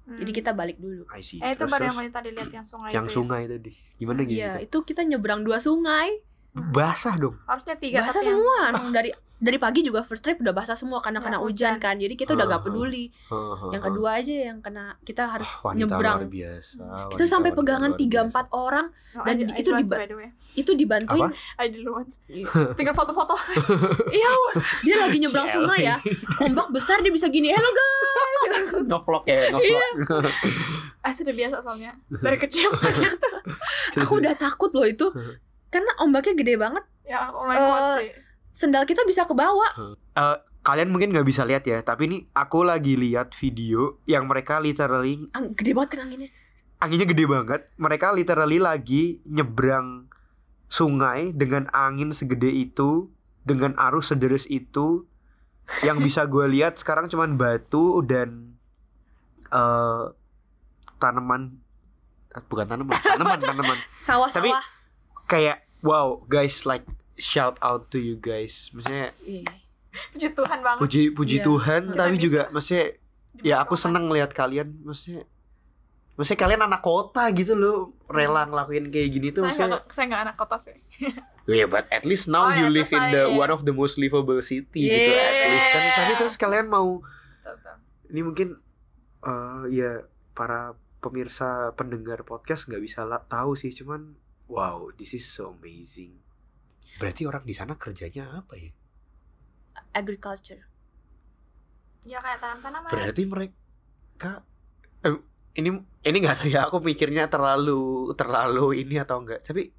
Speaker 4: hmm.
Speaker 3: Jadi kita balik dulu.
Speaker 1: I see.
Speaker 4: eh itu
Speaker 1: Terus,
Speaker 4: baru yang
Speaker 1: terus,
Speaker 4: tadi lihat yang sungai
Speaker 1: yang
Speaker 4: itu ya.
Speaker 1: sungai tadi. Gimana gitu?
Speaker 3: Iya, itu kita nyebrang dua sungai.
Speaker 1: Basah dong.
Speaker 4: harusnya tiga
Speaker 3: basah
Speaker 4: tapi yang-
Speaker 3: semua. Emang dari dari pagi juga first tribe udah basah semua karena
Speaker 4: Ya,
Speaker 3: kena
Speaker 4: hujan.
Speaker 3: hujan kan. Jadi kita udah
Speaker 1: Iya, Ah,
Speaker 3: gak
Speaker 1: ah.
Speaker 3: peduli.
Speaker 1: Ha, ha,
Speaker 3: Yang
Speaker 1: ha.
Speaker 3: kedua aja yang kena kita harus
Speaker 1: Ah, wanita
Speaker 3: nyebrang.
Speaker 1: luar biasa.
Speaker 3: Itu
Speaker 1: Ah, wanita-
Speaker 3: sampai
Speaker 1: wanita
Speaker 3: pegangan
Speaker 1: luar
Speaker 3: tiga
Speaker 1: biasa.
Speaker 3: empat orang
Speaker 4: Oh,
Speaker 3: Dan
Speaker 4: I-
Speaker 3: di-
Speaker 4: I
Speaker 3: itu
Speaker 4: do once,
Speaker 3: diba-
Speaker 4: by the way.
Speaker 3: itu dibantuin.
Speaker 1: Apa?
Speaker 4: I do once. tinggal foto-foto
Speaker 3: Iya, dia lagi nyebrang
Speaker 1: Si
Speaker 3: sungai ya. Ombak besar dia bisa gini. Hello guys.
Speaker 1: Ngevlog ya,
Speaker 3: Iya.
Speaker 1: ngevlog.
Speaker 4: ah sudah biasa soalnya dari kecil
Speaker 3: Aku udah takut loh itu. Karena ombaknya gede banget.
Speaker 4: ya orang kuat
Speaker 3: Eh,
Speaker 4: sih
Speaker 3: Sendal kita bisa ke bawah.
Speaker 1: kalian mungkin nggak bisa lihat ya tapi ini aku lagi lihat video yang mereka literally
Speaker 3: Ang- Gede banget kan anginnya.
Speaker 1: anginnya gede banget mereka literally lagi nyebrang sungai dengan angin segede itu dengan arus sederes itu yang bisa gue lihat sekarang cuman batu dan eh tanaman eh, bukan tanaman tanaman tanaman Tapi-
Speaker 3: Sawah-sawah.
Speaker 1: kayak wow guys like shout out to you guys maksudnya
Speaker 3: Iya.
Speaker 4: puji Tuhan banget
Speaker 1: puji puji
Speaker 3: Iya.
Speaker 1: Tuhan
Speaker 3: Kita
Speaker 1: tapi
Speaker 4: bisa.
Speaker 1: juga maksudnya ya aku seneng lihat kalian maksudnya maksudnya kalian anak kota gitu loh rela ngelakuin kayak gini tuh
Speaker 4: saya
Speaker 1: maksudnya
Speaker 4: nggak saya nggak anak kota sih
Speaker 1: ya but at least now
Speaker 4: Oh,
Speaker 1: you
Speaker 4: ya,
Speaker 1: live in the
Speaker 4: selesai.
Speaker 1: one of the most livable city gitu at
Speaker 4: Yeah.
Speaker 1: least kan tapi terus kalian mau
Speaker 4: Betul, betul.
Speaker 1: ini mungkin eh, ya para pemirsa pendengar podcast nggak bisa la- tahu sih cuman wow this is so amazing berarti orang di sana kerjanya apa ya
Speaker 3: Agriculture.
Speaker 4: ya kayak tanam-tanaman
Speaker 1: Berarti mereka eh, ini ini nggak tahu ya aku mikirnya terlalu terlalu ini atau enggak. Tapi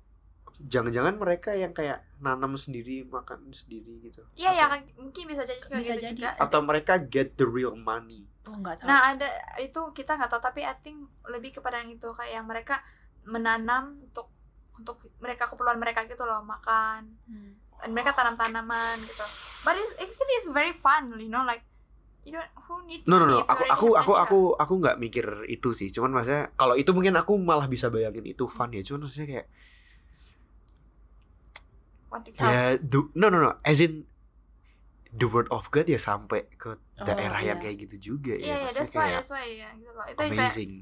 Speaker 1: jangan-jangan mereka yang kayak nanam sendiri, makan sendiri gitu.
Speaker 4: Iya ya
Speaker 1: Atau-
Speaker 4: kan- mungkin bisa jadi kayak
Speaker 3: Bisa
Speaker 4: gitu
Speaker 3: jadi.
Speaker 4: juga.
Speaker 1: Atau mereka get the real money.
Speaker 3: Oh
Speaker 1: Gitu.
Speaker 3: nggak tahu.
Speaker 4: Nah ada itu kita nggak tahu tapi I think lebih kepada yang itu kayak yang mereka menanam untuk untuk mereka keperluan mereka gitu loh makan
Speaker 3: Hmm.
Speaker 4: dan mereka tanam tanaman gitu. But it's, actually it's very fun you know like you don't who need
Speaker 1: No no
Speaker 4: money
Speaker 1: no,
Speaker 4: if
Speaker 1: aku
Speaker 4: you're
Speaker 1: aku
Speaker 4: already
Speaker 1: aku
Speaker 4: rich,
Speaker 1: aku aku nggak mikir itu sih. Cuman maksudnya kalau itu mungkin aku malah bisa bayangin itu fun ya. Cuman maksudnya kayak
Speaker 4: kan? What do you call it?
Speaker 1: ya du- no no no, as in the word of God ya sampai ke daerah yang
Speaker 3: iya.
Speaker 1: kayak gitu juga
Speaker 4: Oh,
Speaker 1: ya.
Speaker 4: Iya iya
Speaker 1: Maksudnya
Speaker 4: that's why
Speaker 1: kayak
Speaker 4: that's why ya gitu loh. Itu kayak
Speaker 1: amazing.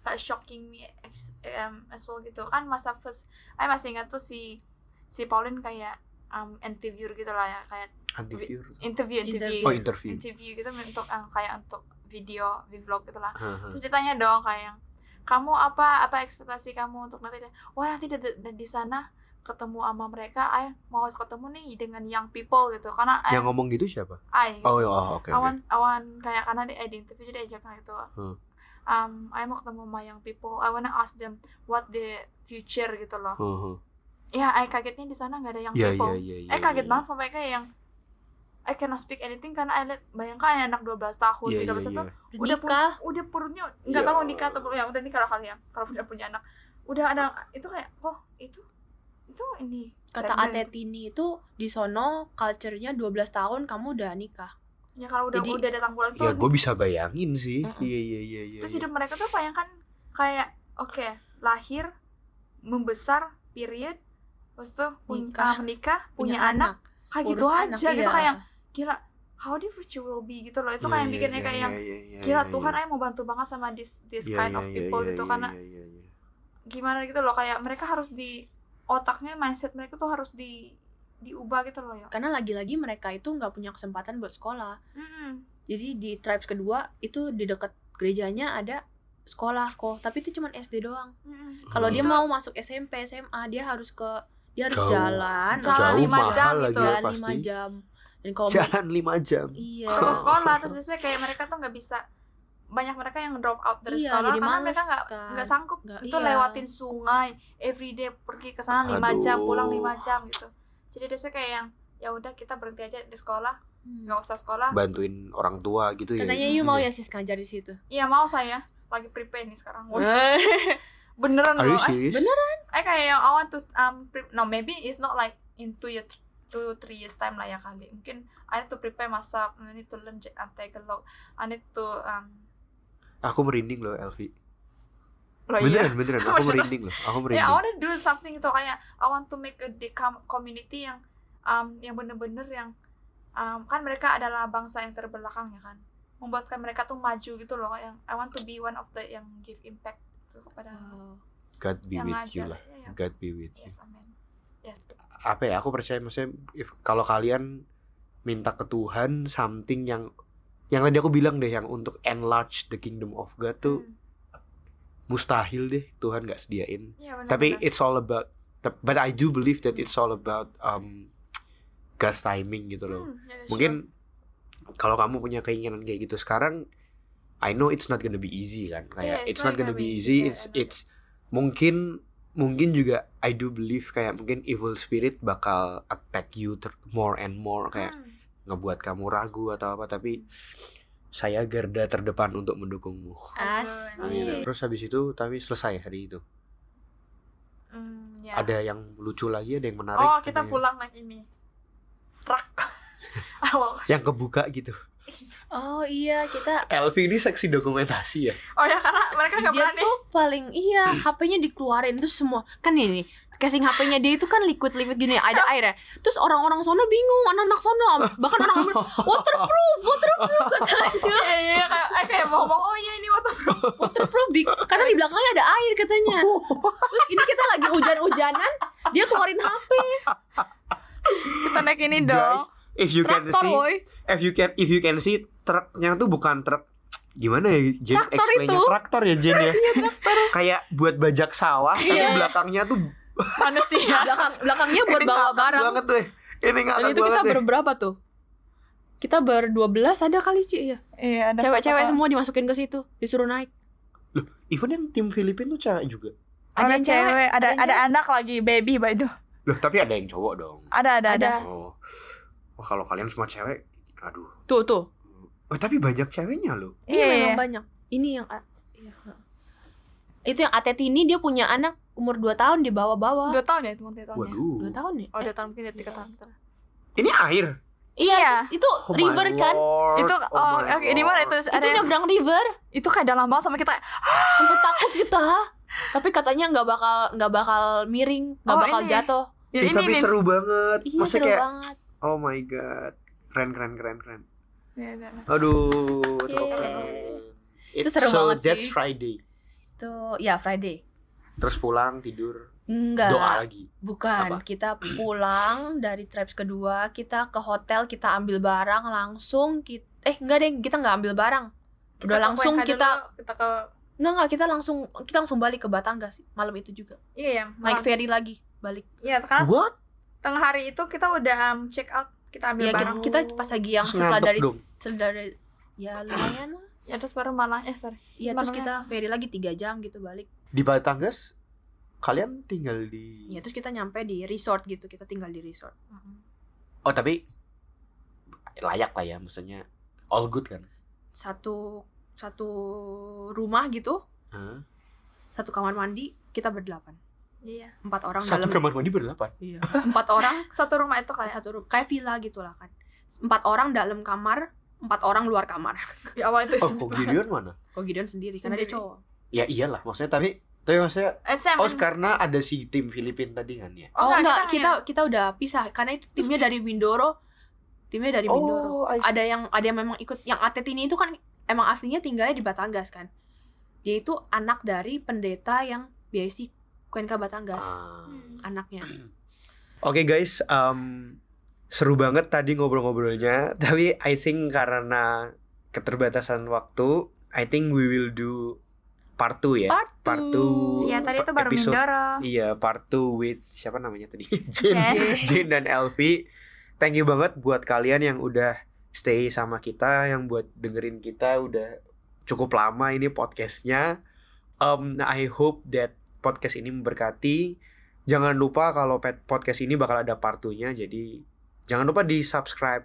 Speaker 4: kayak shocking me as, um, as well gitu kan masa first I masih ingat tuh si si Pauline kayak um, interview gitu lah ya kayak
Speaker 1: Anti viewer.
Speaker 4: interview interview
Speaker 1: Oh, interview.
Speaker 4: interview gitu untuk um, kayak untuk video vlog gitu lah
Speaker 1: Haha.
Speaker 4: terus ditanya dong kayak yang, kamu apa apa ekspektasi kamu untuk nanti wah nanti di, di- di sana ketemu sama mereka, I mau ketemu nih dengan young people gitu karena I,
Speaker 1: Yang ngomong gitu siapa?
Speaker 4: I
Speaker 1: Oh, oh, oke. oke.
Speaker 4: awan awan kayak karena di identity jadi ajaknya gitu.
Speaker 1: Hmm.
Speaker 4: Um, I mau ketemu sama young people. I wanna ask them what the future gitu loh.
Speaker 1: Hmm, hmm.
Speaker 4: Ya, I kagetnya di sana nggak ada young
Speaker 1: Iya, iya,
Speaker 4: people.
Speaker 1: iya, iya.
Speaker 4: Eh kaget
Speaker 1: iya.
Speaker 4: banget sama mereka yang I cannot speak anything karena I liat bayangkan anak 12 tahun,
Speaker 1: Iya,
Speaker 4: 13
Speaker 1: iya,
Speaker 4: tahun
Speaker 1: iya.
Speaker 4: Udah pun-
Speaker 3: nikah
Speaker 4: udah perutnya nggak tahu mau nikah atau belum ya udah nikah lah kali ya kalau udah punya anak udah ada itu kayak kok itu itu ini
Speaker 3: kata
Speaker 4: Dan- dan-
Speaker 3: Atetini itu di sono culture-nya 12 tahun kamu udah nikah
Speaker 4: ya kalau udah
Speaker 3: Jadi-
Speaker 4: udah datang bulan tuh
Speaker 1: Ya gue bisa bayangin sih.
Speaker 3: Mm-mm.
Speaker 1: Iya iya iya iya.
Speaker 4: terus
Speaker 1: iya.
Speaker 4: hidup mereka tuh bayangkan kayak oke lahir membesar period terus tuh pun-
Speaker 3: Nikah.
Speaker 4: ah, menikah punya, anak, kayak gitu
Speaker 3: urus
Speaker 4: aja
Speaker 3: anak,
Speaker 4: gitu
Speaker 3: iya.
Speaker 4: kayak gila how the future will be gitu loh itu
Speaker 1: Iya,
Speaker 4: kayak
Speaker 1: iya,
Speaker 4: bikin
Speaker 1: iya,
Speaker 4: kayak
Speaker 1: iya,
Speaker 4: yang
Speaker 1: iya, iya,
Speaker 4: gila
Speaker 1: iya,
Speaker 4: Tuhan
Speaker 1: iya.
Speaker 4: ayah mau bantu banget sama this this
Speaker 1: Iya,
Speaker 4: kind
Speaker 1: iya,
Speaker 4: of
Speaker 1: iya,
Speaker 4: people
Speaker 1: iya,
Speaker 4: gitu
Speaker 1: iya,
Speaker 4: karena
Speaker 1: iya, iya, iya.
Speaker 4: gimana gitu loh kayak mereka harus di otaknya mindset mereka tuh harus di diubah gitu loh ya
Speaker 3: karena lagi-lagi mereka itu nggak punya kesempatan buat sekolah
Speaker 4: Mm-mm.
Speaker 3: jadi di tribes kedua itu di dekat gerejanya ada sekolah kok tapi itu cuman SD doang
Speaker 4: Mm-mm.
Speaker 3: kalau
Speaker 1: Hmm.
Speaker 3: dia
Speaker 4: Itu-
Speaker 3: mau masuk SMP SMA dia harus ke dia harus
Speaker 1: Jauh.
Speaker 3: jalan
Speaker 4: Jalan
Speaker 1: jauh
Speaker 4: lima
Speaker 1: mahal
Speaker 4: jam
Speaker 1: lagi
Speaker 4: gitu,
Speaker 1: ya
Speaker 3: jalan lima
Speaker 1: pasti.
Speaker 3: jam dan kalau
Speaker 1: Jalan lima jam.
Speaker 3: iya
Speaker 4: Terus ke sekolah terus biasanya kayak mereka tuh nggak bisa banyak mereka yang drop out dari
Speaker 3: Iya,
Speaker 4: sekolah
Speaker 3: jadi
Speaker 4: karena
Speaker 3: males
Speaker 4: mereka nggak
Speaker 3: kan.
Speaker 4: nggak sanggup
Speaker 3: Nggak-
Speaker 4: itu
Speaker 3: iya.
Speaker 4: lewatin sungai everyday pergi ke sana lima
Speaker 1: Aduh.
Speaker 4: jam pulang lima jam gitu jadi biasanya kayak yang ya udah kita berhenti aja di sekolah
Speaker 3: Hmm.
Speaker 4: nggak usah sekolah
Speaker 1: Bantuin orang tua gitu ya.
Speaker 3: katanya you mau ya sis ngajar di situ
Speaker 4: iya mau saya lagi prepare nih sekarang Wih, beneran
Speaker 1: Are you
Speaker 4: loh. Eh,
Speaker 1: serious?
Speaker 3: bener.
Speaker 4: I kayak yang I want to um pre- no maybe it's not like in two year two three years time lah ya kali mungkin I need to prepare myself I need to learn Ja- um, Tagalog I need to um
Speaker 1: Aku merinding loh Elvi.
Speaker 4: loh
Speaker 1: Beneran beneran. Aku
Speaker 4: Beneran.
Speaker 1: merinding loh. Aku
Speaker 4: Oh, iya. ya yeah,
Speaker 1: merinding.
Speaker 4: I want to do something itu kayak I want to make a the com- community yang um yang bener-bener yang um, kan mereka adalah bangsa yang terbelakang ya kan membuatkan mereka tuh maju gitu loh yang I want to be one of the yang give impact gitu kepada
Speaker 1: God Oh. be
Speaker 4: yang
Speaker 1: with you
Speaker 4: ngajar.
Speaker 1: lah.
Speaker 4: Iya, iya.
Speaker 1: God be with you.
Speaker 4: yes amen yes
Speaker 1: Apa ya? Aku percaya maksudnya if kalau kalian minta ke Tuhan something yang yang tadi aku bilang deh yang untuk enlarge the kingdom of God tuh
Speaker 4: Hmm.
Speaker 1: mustahil deh Tuhan nggak sediain.
Speaker 4: Iya, bener-bener.
Speaker 1: tapi it's all about tep- but I do believe that it's all about um gas timing gitu loh
Speaker 4: Hmm, ya, ya,
Speaker 1: mungkin kalau kamu punya keinginan kayak gitu sekarang I know it's not gonna be easy kan kayak
Speaker 4: Yeah,
Speaker 1: it's, not gonna, be easy,
Speaker 4: yeah,
Speaker 1: it's
Speaker 4: I know.
Speaker 1: it's mungkin mungkin juga I do believe kayak mungkin evil spirit bakal attack you ter- more and more
Speaker 4: sure.
Speaker 1: kayak
Speaker 4: Hmm,
Speaker 1: ngebuat kamu ragu atau apa tapi saya garda terdepan untuk mendukungmu.
Speaker 3: as
Speaker 1: Amin. Terus habis itu tapi selesai hari itu.
Speaker 4: hmm, ya.
Speaker 1: ada yang lucu lagi ada yang menarik gitu ya.
Speaker 4: oh
Speaker 1: ada
Speaker 4: kita
Speaker 1: yang-
Speaker 4: pulang naik ini truk awal
Speaker 1: yang kebuka gitu
Speaker 3: oh iya kita
Speaker 1: Elvi ini seksi dokumentasi ya
Speaker 4: oh ya karena mereka nggak
Speaker 3: dia
Speaker 4: berani
Speaker 3: tuh paling iya HP-nya dikeluarin terus semua kan ini casing HP-nya dia itu kan liquid liquid gini ada airnya terus orang-orang sono bingung anak-anak sono bahkan orang Amerika waterproof waterproof katanya
Speaker 4: iya iya iya, kayak eh, kayak mau ngomong oh iya ini waktu
Speaker 3: waterproof di, karena di belakangnya ada air katanya terus ini kita lagi hujan-hujanan dia keluarin HP
Speaker 4: kita naik ini dong
Speaker 1: guys if you can
Speaker 3: traktor
Speaker 1: see
Speaker 3: woi
Speaker 1: if you can if you can see truknya tuh bukan truk gimana ya Jen
Speaker 3: Traktor
Speaker 1: explain-nya?
Speaker 3: itu.
Speaker 1: traktor ya Jen ya kayak buat bajak sawah tapi
Speaker 3: Iya.
Speaker 1: belakangnya tuh
Speaker 4: manusia
Speaker 3: belakang belakangnya buat
Speaker 1: ini
Speaker 3: bawa
Speaker 1: ngakak
Speaker 3: barang
Speaker 1: banget deh ini
Speaker 3: dan
Speaker 1: ngakak
Speaker 3: itu kita
Speaker 1: banget deh.
Speaker 3: berberapa tuh kita ber 12 ada kali Ci ya
Speaker 4: iya
Speaker 3: cewek-cewek semua dimasukin ke situ disuruh naik
Speaker 1: even yang tim Filipin tuh cewek juga
Speaker 3: ada yang cewek
Speaker 4: ada
Speaker 3: yang cewek.
Speaker 4: anak lagi baby by the
Speaker 1: loh tapi ada yang cowok dong
Speaker 4: ada
Speaker 3: ada
Speaker 1: oh wah kalau kalian semua cewek aduh
Speaker 3: tuh tuh
Speaker 1: oh, tapi banyak ceweknya loh
Speaker 3: Iya, memang banyak. Ini yang A- iya. Itu yang Atetini dia punya anak umur 2 tahun di bawah-bawah. 2
Speaker 4: dua tahun ya teman tiga tahunnya
Speaker 1: waduh
Speaker 3: tahun ya?
Speaker 4: oh
Speaker 3: Eh,
Speaker 4: dua tahun mungkin dia tiga tahun
Speaker 1: ini air
Speaker 3: iya,
Speaker 4: Iya.
Speaker 3: terus itu
Speaker 1: Oh my
Speaker 3: river kan? eh,
Speaker 1: lord,
Speaker 4: itu oh
Speaker 1: my
Speaker 4: oke di mana itu
Speaker 1: lord.
Speaker 3: Itu
Speaker 4: ada yang-
Speaker 3: nyebrang river,
Speaker 4: itu kayak dalam banget sama kita
Speaker 3: sampai takut kita. Tapi katanya nggak bakal nggak bakal miring, nggak
Speaker 4: Oh,
Speaker 3: bakal
Speaker 4: ini.
Speaker 3: jatuh.
Speaker 4: ya
Speaker 1: Ih,
Speaker 4: ini
Speaker 1: tapi
Speaker 4: nih
Speaker 1: seru banget.
Speaker 3: Iya,
Speaker 1: Maksudnya
Speaker 3: seru
Speaker 1: kayak
Speaker 3: banget.
Speaker 1: oh my god. Keren keren keren keren.
Speaker 4: Iya, iya, iya.
Speaker 1: Aduh,
Speaker 3: Yeay.
Speaker 1: itu keren.
Speaker 3: Itu
Speaker 1: It's
Speaker 3: seru
Speaker 1: so
Speaker 3: banget
Speaker 1: that's
Speaker 3: sih.
Speaker 1: Friday.
Speaker 3: Tuh, ya Friday.
Speaker 1: Terus pulang tidur,
Speaker 3: Enggak,
Speaker 1: doa lagi.
Speaker 3: bukan.
Speaker 1: Apa?
Speaker 3: Kita pulang dari trips kedua, kita ke hotel, kita ambil barang langsung kita eh enggak deh, kita nggak ambil barang.
Speaker 4: Kita
Speaker 3: Udah
Speaker 4: ke
Speaker 3: langsung
Speaker 4: WK
Speaker 3: kita
Speaker 4: dulu, kita ke
Speaker 3: Enggak enggak kita langsung kita langsung balik ke Batangga sih malam itu juga.
Speaker 4: Iya ya.
Speaker 3: Naik
Speaker 4: malam.
Speaker 3: ferry lagi balik.
Speaker 4: Iya, karena
Speaker 1: What?
Speaker 4: tengah hari itu kita udah um, check out, kita ambil
Speaker 3: Iya kita,
Speaker 4: barang.
Speaker 3: kita pas lagi yang
Speaker 1: Terus
Speaker 3: setelah
Speaker 1: ngantuk
Speaker 3: dari
Speaker 1: dong.
Speaker 3: setelah dari ya lumayan lah.
Speaker 4: Ya terus baru malah eh sorry.
Speaker 3: Iya terus
Speaker 4: Makanya-
Speaker 3: kita ferry lagi tiga jam gitu balik.
Speaker 1: Di Batangas kalian tinggal di
Speaker 3: Ya terus kita nyampe di resort gitu kita tinggal di resort.
Speaker 1: Oh, tapi layak lah ya maksudnya all good kan.
Speaker 3: Satu satu rumah gitu
Speaker 1: Hah?
Speaker 3: satu kamar mandi kita berdelapan
Speaker 4: Iya.
Speaker 3: empat orang
Speaker 1: Satu
Speaker 3: dalam
Speaker 1: kamar mandi berdelapan.
Speaker 3: Iya. empat orang
Speaker 4: Satu rumah itu
Speaker 3: kayak
Speaker 4: kayak
Speaker 3: satu ru- kayak villa gitulah kan empat orang dalam kamar empat orang luar kamar
Speaker 4: di
Speaker 3: Iya,
Speaker 4: awal itu.
Speaker 1: Oh, kok Gideon mana?
Speaker 3: kok Gideon sendiri karena dia
Speaker 4: Sendiri.
Speaker 3: cowok
Speaker 1: Ya iyalah, maksudnya tapi tapi maksudnya
Speaker 4: Eh, Sam,
Speaker 1: Oh, karena ada si tim Filipin tadi kan ya.
Speaker 3: oh, enggak kita
Speaker 4: hanya-
Speaker 3: kita udah pisah karena itu timnya dari Bindoro timnya dari
Speaker 1: Oh,
Speaker 3: Bindoro
Speaker 1: I-
Speaker 3: ada yang ada yang memang ikut yang Atet ini itu kan emang aslinya tinggalnya di Batangas kan dia itu anak dari pendeta yang BIC Cuenca Batangas
Speaker 1: Ah.
Speaker 3: anaknya
Speaker 1: Oke guys, um, seru banget tadi ngobrol-ngobrolnya. Tapi I think karena keterbatasan waktu, I think we will do part 2 ya.
Speaker 3: part
Speaker 1: Part
Speaker 3: two.
Speaker 1: two.
Speaker 4: Iya, tadi itu baru
Speaker 1: Episode.
Speaker 4: Mindoro.
Speaker 1: Iya, part 2 with siapa namanya tadi? Jin, Jin dan Elvi. Thank you banget buat kalian yang udah stay sama kita, yang buat dengerin kita udah cukup lama ini podcastnya. Um, I hope that podcast ini memberkati. Jangan lupa kalau pet- podcast ini bakal ada partunya, jadi jangan lupa di subscribe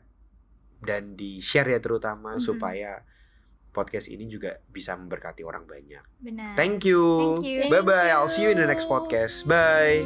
Speaker 1: dan di share ya terutama
Speaker 4: Mhm.
Speaker 1: supaya podcast ini juga bisa memberkati orang banyak.
Speaker 4: Benar.
Speaker 1: Thank you.
Speaker 4: Thank you.
Speaker 1: Bye bye. I'll see you in the next podcast. Bye.